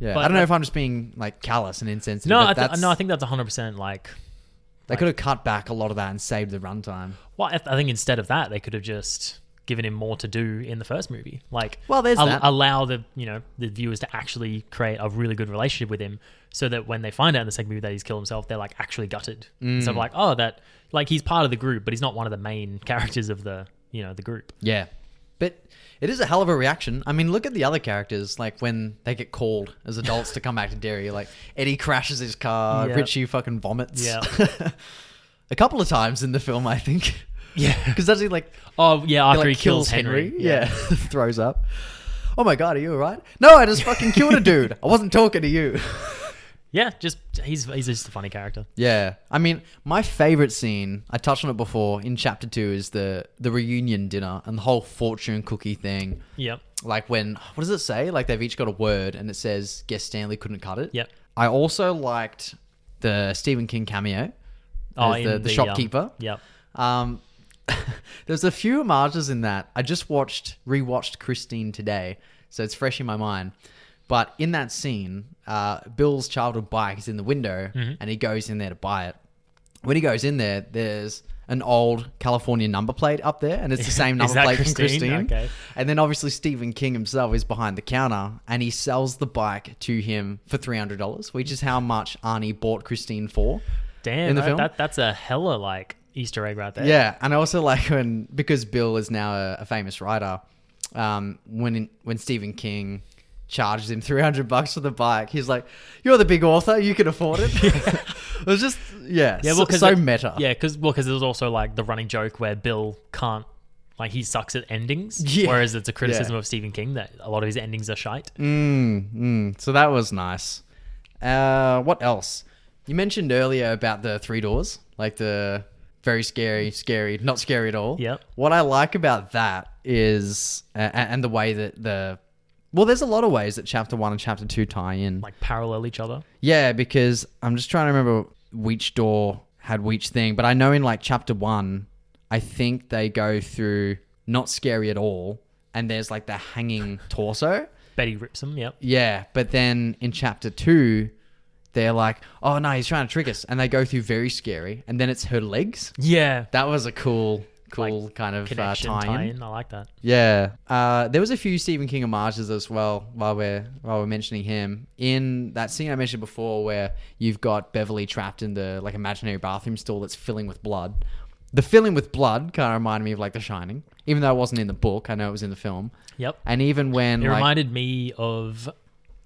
[SPEAKER 1] Yeah.
[SPEAKER 2] But,
[SPEAKER 1] I don't know
[SPEAKER 2] like-
[SPEAKER 1] if I'm just being like callous and insensitive.
[SPEAKER 2] No,
[SPEAKER 1] but
[SPEAKER 2] I th-
[SPEAKER 1] that's,
[SPEAKER 2] no, I think that's 100 percent like.
[SPEAKER 1] they could have cut back a lot of that and saved the runtime.
[SPEAKER 2] Well, I, th- I think instead of that, they could have just given him more to do in the first movie. Like,
[SPEAKER 1] Well, there's that.
[SPEAKER 2] allow the you know the viewers to actually create a really good relationship with him, so that when they find out in the second movie that he's killed himself, they're like actually gutted.
[SPEAKER 1] Mm.
[SPEAKER 2] So I'm like, oh, that like he's part of the group, but he's not one of the main characters of the you know the group.
[SPEAKER 1] Yeah. But it is a hell of a reaction. I mean, look at the other characters, like when they get called as adults to come back to Derry. Like Eddie crashes his car,
[SPEAKER 2] Yeah.
[SPEAKER 1] Richie fucking vomits.
[SPEAKER 2] Yeah.
[SPEAKER 1] a couple of times in the film, I think.
[SPEAKER 2] Yeah.
[SPEAKER 1] Because that's like
[SPEAKER 2] Oh yeah,
[SPEAKER 1] He,
[SPEAKER 2] after
[SPEAKER 1] like,
[SPEAKER 2] he kills, Henry.
[SPEAKER 1] Yeah, throws up. Oh my god, are you alright? No, I just fucking killed a dude. I wasn't talking to you.
[SPEAKER 2] yeah, just he's he's just a funny character.
[SPEAKER 1] Yeah, I mean, my favorite scene I touched on it before in chapter two is the the reunion dinner and the whole fortune cookie thing.
[SPEAKER 2] Yep.
[SPEAKER 1] Like when what does it say? Like they've each got a word, and it says guess Stanley couldn't cut it.
[SPEAKER 2] Yep.
[SPEAKER 1] I also liked the Stephen King cameo.
[SPEAKER 2] Oh,
[SPEAKER 1] as
[SPEAKER 2] in
[SPEAKER 1] the, the,
[SPEAKER 2] um,
[SPEAKER 1] shopkeeper.
[SPEAKER 2] yep.
[SPEAKER 1] Um, there's a few homages in that. I just watched, rewatched Christine today, so it's fresh in my mind. But in that scene, uh, Bill's childhood bike is in the window,
[SPEAKER 2] Mm-hmm.
[SPEAKER 1] and he goes in there to buy it. When he goes in there, there's an old California number plate up there, and it's the same number
[SPEAKER 2] Is that
[SPEAKER 1] plate
[SPEAKER 2] Christine?
[SPEAKER 1] as Christine.
[SPEAKER 2] Okay.
[SPEAKER 1] And then obviously Stephen King himself is behind the counter, and he sells the bike to him for three hundred dollars, which is how much Arnie bought Christine for.
[SPEAKER 2] Damn,
[SPEAKER 1] in the
[SPEAKER 2] that,
[SPEAKER 1] film.
[SPEAKER 2] that that's a hella like Easter egg right there.
[SPEAKER 1] Yeah, and I also like when because Bill is now a, a famous writer. Um, when when Stephen King charges him three hundred bucks for the bike, he's like, "You're the big author, you can afford it." it was just yeah,
[SPEAKER 2] Yeah, well,
[SPEAKER 1] so,
[SPEAKER 2] 'cause
[SPEAKER 1] so
[SPEAKER 2] it-
[SPEAKER 1] meta.
[SPEAKER 2] Yeah, because well, because there's also like the running joke where Bill can't like he sucks at endings,
[SPEAKER 1] Yeah.
[SPEAKER 2] whereas it's a criticism
[SPEAKER 1] Yeah.
[SPEAKER 2] of Stephen King that a lot of his endings are shite.
[SPEAKER 1] Mm, mm, so that was nice. Uh, what else? You mentioned earlier about the three doors, like the very scary, scary, not scary at all.
[SPEAKER 2] Yep.
[SPEAKER 1] What I like about that is, uh, and the way that the, well, there's a lot of ways that chapter one and chapter two tie in.
[SPEAKER 2] Like parallel each other.
[SPEAKER 1] Yeah, because I'm just trying to remember which door had which thing, but I know in like chapter one, I think they go through not scary at all, and there's like the hanging torso.
[SPEAKER 2] Betty rips him. Yep.
[SPEAKER 1] Yeah, but then in chapter two, they're like, "Oh no, he's trying to trick us," and they go through very scary, and then it's her legs.
[SPEAKER 2] Yeah.
[SPEAKER 1] That was a cool cool kind of uh,
[SPEAKER 2] Connection
[SPEAKER 1] tie-in.
[SPEAKER 2] tie-in. I like that.
[SPEAKER 1] Yeah, uh, there was a few Stephen King homages as well while we're while we're mentioning him in that scene I mentioned before where you've got Beverly trapped in the like imaginary bathroom stall that's filling with blood. The filling with blood kind of reminded me of like The Shining, even though it wasn't in the book. I know it was in the film,
[SPEAKER 2] Yep.
[SPEAKER 1] and even when
[SPEAKER 2] It
[SPEAKER 1] like,
[SPEAKER 2] reminded me of.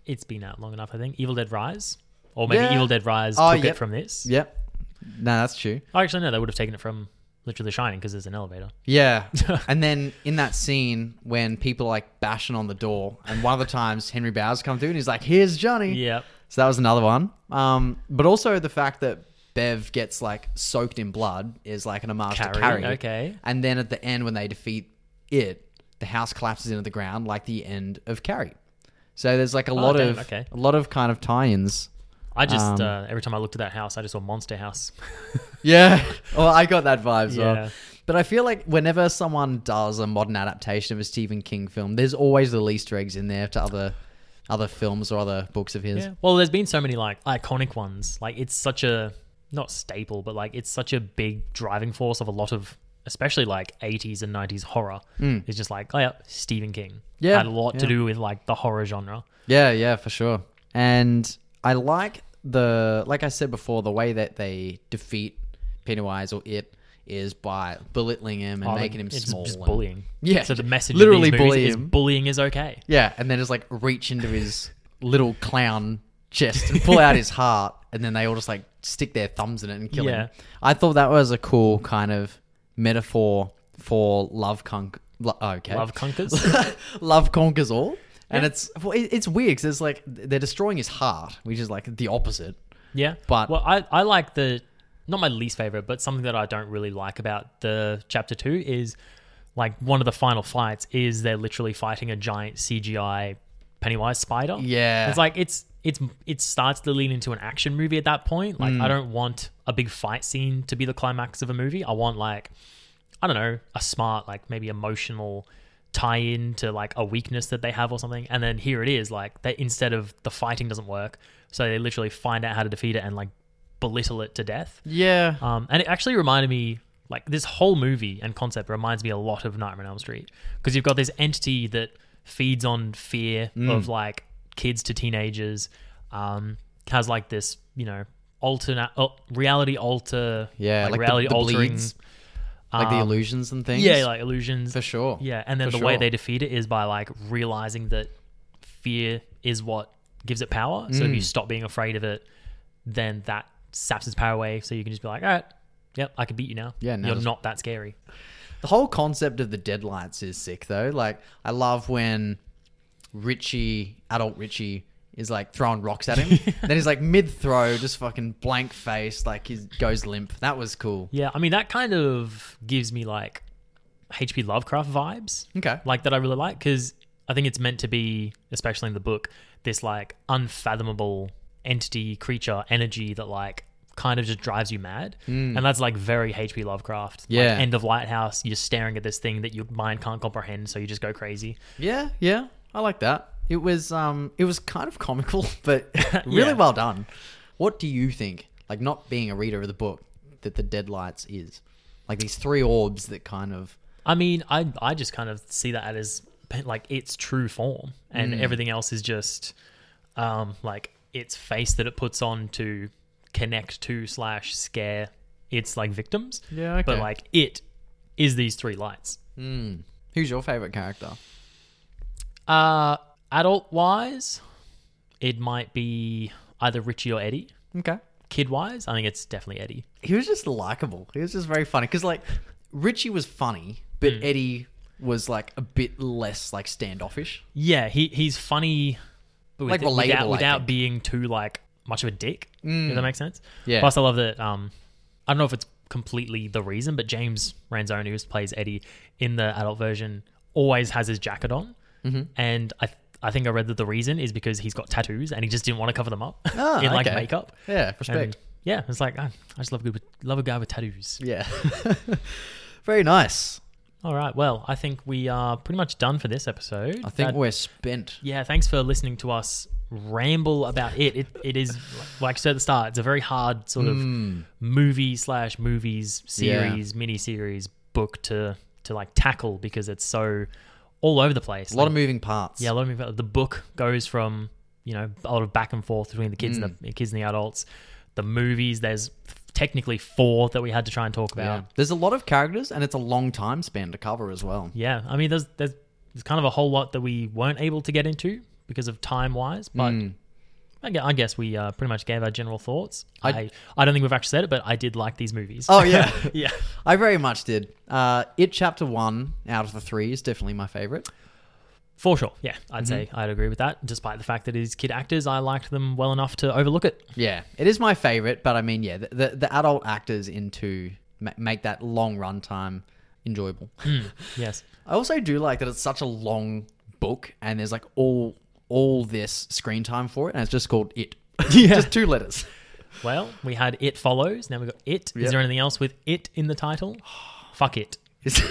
[SPEAKER 2] It's been out long enough, I think. Evil Dead Rise, or maybe
[SPEAKER 1] Yeah.
[SPEAKER 2] Evil Dead Rise
[SPEAKER 1] Oh,
[SPEAKER 2] took
[SPEAKER 1] yep.
[SPEAKER 2] it from this.
[SPEAKER 1] yep, no, that's true.
[SPEAKER 2] Oh, actually, no, they would have taken it from literally Shining because there's an elevator.
[SPEAKER 1] Yeah. and then in that scene when people are like bashing on the door, and one of the times Henry Bowers comes through and he's like, "Here's Johnny."
[SPEAKER 2] Yep.
[SPEAKER 1] So that was another one. Um, but also the fact that Bev gets like soaked in blood is like an homage to
[SPEAKER 2] Carrie,
[SPEAKER 1] Carrie.
[SPEAKER 2] okay.
[SPEAKER 1] And then at the end when they defeat it, the house collapses into the ground like the end of Carrie. So there's like a lot
[SPEAKER 2] Oh, damn,
[SPEAKER 1] of
[SPEAKER 2] okay.
[SPEAKER 1] a lot of kind of tie-ins.
[SPEAKER 2] I just
[SPEAKER 1] Um,
[SPEAKER 2] uh, every time I looked at that house, I just saw Monster House.
[SPEAKER 1] Yeah. Well, I got that vibe as
[SPEAKER 2] Yeah.
[SPEAKER 1] well. But I feel like whenever someone does a modern adaptation of a Stephen King film, there's always the Easter eggs in there to other other films or other books of his.
[SPEAKER 2] yeah. Well, there's been so many like iconic ones. Like it's such a not staple, but like it's such a big driving force of a lot of especially like 80s and 90s horror. It's just like oh yeah, Stephen King.
[SPEAKER 1] Mm. Yeah,
[SPEAKER 2] had a lot to
[SPEAKER 1] yeah.
[SPEAKER 2] do with like the horror genre.
[SPEAKER 1] Yeah, yeah, for sure. And I like the like I said before, the way that they defeat Pennywise or it is by belittling him and
[SPEAKER 2] Oh,
[SPEAKER 1] making him
[SPEAKER 2] it's
[SPEAKER 1] small.
[SPEAKER 2] Just
[SPEAKER 1] and-
[SPEAKER 2] bullying.
[SPEAKER 1] Yeah,
[SPEAKER 2] So the message
[SPEAKER 1] literally
[SPEAKER 2] literally of these movies
[SPEAKER 1] bully
[SPEAKER 2] is
[SPEAKER 1] him.
[SPEAKER 2] bullying is okay.
[SPEAKER 1] Yeah, and then just like reach into his little clown chest and pull out his heart, and then they all just like stick their thumbs in it and kill
[SPEAKER 2] Yeah.
[SPEAKER 1] him. I thought that was a cool kind of metaphor for love conk. Lo- oh, okay,
[SPEAKER 2] Love conquers.
[SPEAKER 1] love conquers all. And it's well, it- it's weird because it's like they're destroying his heart, which is like the opposite.
[SPEAKER 2] Yeah.
[SPEAKER 1] But-
[SPEAKER 2] well, I, I like the not my least favorite, but something that I don't really like about the chapter two is like one of the final fights is they're literally fighting a giant CGI Pennywise spider.
[SPEAKER 1] Yeah.
[SPEAKER 2] It's like it's it's it starts to lean into an action movie at that point. Like I don't want a big fight scene to be the climax of a movie. I want like I don't know, a smart, like maybe emotional tie in to like a weakness that they have or something. And then here it is, like that instead of the fighting doesn't work, so they literally find out how to defeat it and like belittle it to death.
[SPEAKER 1] Yeah.
[SPEAKER 2] Um, and it actually reminded me, like this whole movie and concept reminds me a lot of Nightmare on Elm Street because you've got this entity that feeds on fear
[SPEAKER 1] Mm.
[SPEAKER 2] of like kids to teenagers, um, has like this, you know, alternate uh, reality alter,
[SPEAKER 1] Yeah,
[SPEAKER 2] like,
[SPEAKER 1] like the-
[SPEAKER 2] reality
[SPEAKER 1] the
[SPEAKER 2] altering,
[SPEAKER 1] bleeds, like the
[SPEAKER 2] um,
[SPEAKER 1] illusions and things.
[SPEAKER 2] yeah, like illusions.
[SPEAKER 1] for sure.
[SPEAKER 2] Yeah, and then
[SPEAKER 1] For
[SPEAKER 2] the way
[SPEAKER 1] sure.
[SPEAKER 2] they defeat it is by like realizing that fear is what gives it power. So if
[SPEAKER 1] Mm.
[SPEAKER 2] you stop being afraid of it, then that saps its power away. So you can just be like, all right, yep, I can beat you now.
[SPEAKER 1] Yeah, now
[SPEAKER 2] you're
[SPEAKER 1] just-
[SPEAKER 2] not that scary.
[SPEAKER 1] The whole concept of the deadlights is sick though. Like I love when Richie, adult Richie, is like throwing rocks at him. then he's like mid throw, just fucking blank face, like he goes limp. That was cool.
[SPEAKER 2] Yeah, I mean that kind of gives me like H.P. Lovecraft vibes.
[SPEAKER 1] Okay.
[SPEAKER 2] like that I really like because I think it's meant to be, especially in the book, this like unfathomable entity, creature, energy that like kind of just drives you mad, and that's like very H.P. Lovecraft. Like,
[SPEAKER 1] Hmm. Yeah.
[SPEAKER 2] end of Lighthouse. You're staring at this thing that your mind can't comprehend, so you just go crazy.
[SPEAKER 1] Yeah, yeah. I like that. It was um it was kind of comical, but really
[SPEAKER 2] Yeah.
[SPEAKER 1] well done. What do you think, like not being a reader of the book, that the deadlights is? Like these three orbs that kind of
[SPEAKER 2] I mean, I I just kind of see that as like its true form, and
[SPEAKER 1] Mm.
[SPEAKER 2] everything else is just um, like its face that it puts on to connect to slash scare its like victims.
[SPEAKER 1] Yeah, okay.
[SPEAKER 2] But like it is these three lights.
[SPEAKER 1] Who's your favorite character?
[SPEAKER 2] Uh, adult wise, it might be either Richie or Eddie.
[SPEAKER 1] Okay.
[SPEAKER 2] Kid wise, I think it's definitely Eddie.
[SPEAKER 1] He was just likable. He was just very funny cuz like Richie was funny, but Eddie was like a bit less like standoffish.
[SPEAKER 2] Yeah, he he's funny, but with
[SPEAKER 1] Like,
[SPEAKER 2] it-
[SPEAKER 1] relatable, I think.
[SPEAKER 2] without,
[SPEAKER 1] Mm.
[SPEAKER 2] without being too like much of a dick. Does that make sense?
[SPEAKER 1] Yeah.
[SPEAKER 2] Plus, I love that. Um, I don't know if it's completely the reason, but James Ranzoni, who plays Eddie in the adult version, always has his jacket on,
[SPEAKER 1] Mm-hmm.
[SPEAKER 2] and I. I think I read that the reason is because he's got tattoos and he just didn't want to cover them up
[SPEAKER 1] Ah,
[SPEAKER 2] in like
[SPEAKER 1] okay.
[SPEAKER 2] makeup.
[SPEAKER 1] Yeah,
[SPEAKER 2] And,
[SPEAKER 1] respect.
[SPEAKER 2] yeah, it's like I, I just love a good love a guy with tattoos.
[SPEAKER 1] Yeah. very nice.
[SPEAKER 2] All right, well, I think we are pretty much done for this episode. Uh,
[SPEAKER 1] I think
[SPEAKER 2] That-
[SPEAKER 1] we're spent.
[SPEAKER 2] yeah, thanks for listening to us ramble about it. It it is like I said at the start, it's a very hard sort of movie slash movies
[SPEAKER 1] Hmm. Yeah.
[SPEAKER 2] series, mini series book to to like tackle because it's so all over the place.
[SPEAKER 1] a lot
[SPEAKER 2] Like,
[SPEAKER 1] of moving parts.
[SPEAKER 2] yeah, a lot of moving. The book goes from you know a lot of back and forth between the kids
[SPEAKER 1] Hmm.
[SPEAKER 2] and the kids and the adults. The movies, there's technically four that we had to try and talk
[SPEAKER 1] Yeah.
[SPEAKER 2] about.
[SPEAKER 1] There's a lot of characters, and it's a long time span to cover as well.
[SPEAKER 2] Yeah, I mean, there's there's there's kind of a whole lot that we weren't able to get into because of time wise,
[SPEAKER 1] Hmm.
[SPEAKER 2] but. I gue- I guess we uh, pretty much gave our general thoughts. I,
[SPEAKER 1] I-
[SPEAKER 2] I don't think we've actually said it, but I did like these movies.
[SPEAKER 1] Oh yeah,
[SPEAKER 2] yeah.
[SPEAKER 1] I very much did. Uh, it chapter one out of the three is definitely my favorite.
[SPEAKER 2] For sure. Yeah, I'd
[SPEAKER 1] Mm-hmm.
[SPEAKER 2] say I'd agree with that. Despite the fact that it is kid actors, I liked them well enough to overlook it.
[SPEAKER 1] Yeah, it is my favorite, but I mean, yeah, the the, the adult actors into ma- make that long run time enjoyable.
[SPEAKER 2] Yes.
[SPEAKER 1] I also do like that it's such a long book, and there's like all all this screen time for it, and it's just called it. just two letters.
[SPEAKER 2] Well, we had It Follows. Now we got It. Is
[SPEAKER 1] Yep.
[SPEAKER 2] there anything else with It in the title? Fuck it.
[SPEAKER 1] Is,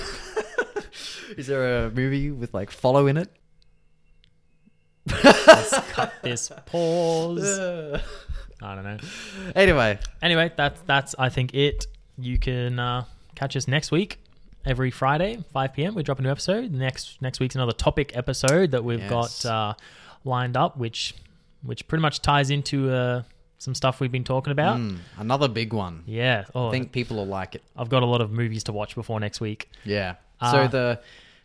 [SPEAKER 1] is there a movie with like follow in it?
[SPEAKER 2] Let's cut this pause. I don't know.
[SPEAKER 1] Anyway,
[SPEAKER 2] Anyway, that's that's I think it. You can uh, catch us next week. Every Friday, 5 p.m., we drop a new episode. Next next week's another topic episode that we've
[SPEAKER 1] Yes.
[SPEAKER 2] got uh, lined up, which which pretty much ties into uh, some stuff we've been talking about.
[SPEAKER 1] mm, another big one.
[SPEAKER 2] Yeah. Oh,
[SPEAKER 1] I think people will like it.
[SPEAKER 2] I've got a lot of movies to watch before next week.
[SPEAKER 1] Yeah.
[SPEAKER 2] Ah.
[SPEAKER 1] so the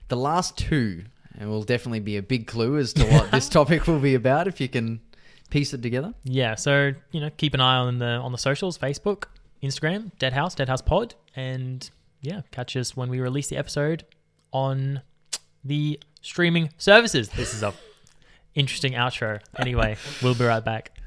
[SPEAKER 1] the last two and will definitely be a big clue as to what this topic will be about if you can piece it together.
[SPEAKER 2] Yeah, so you know, keep an eye on the on the socials, Facebook, Instagram, Deadhouse, Deadhouse Pod, and yeah, catch us when we release the episode on the streaming services. This is a interesting outro. Anyway, we'll be right back.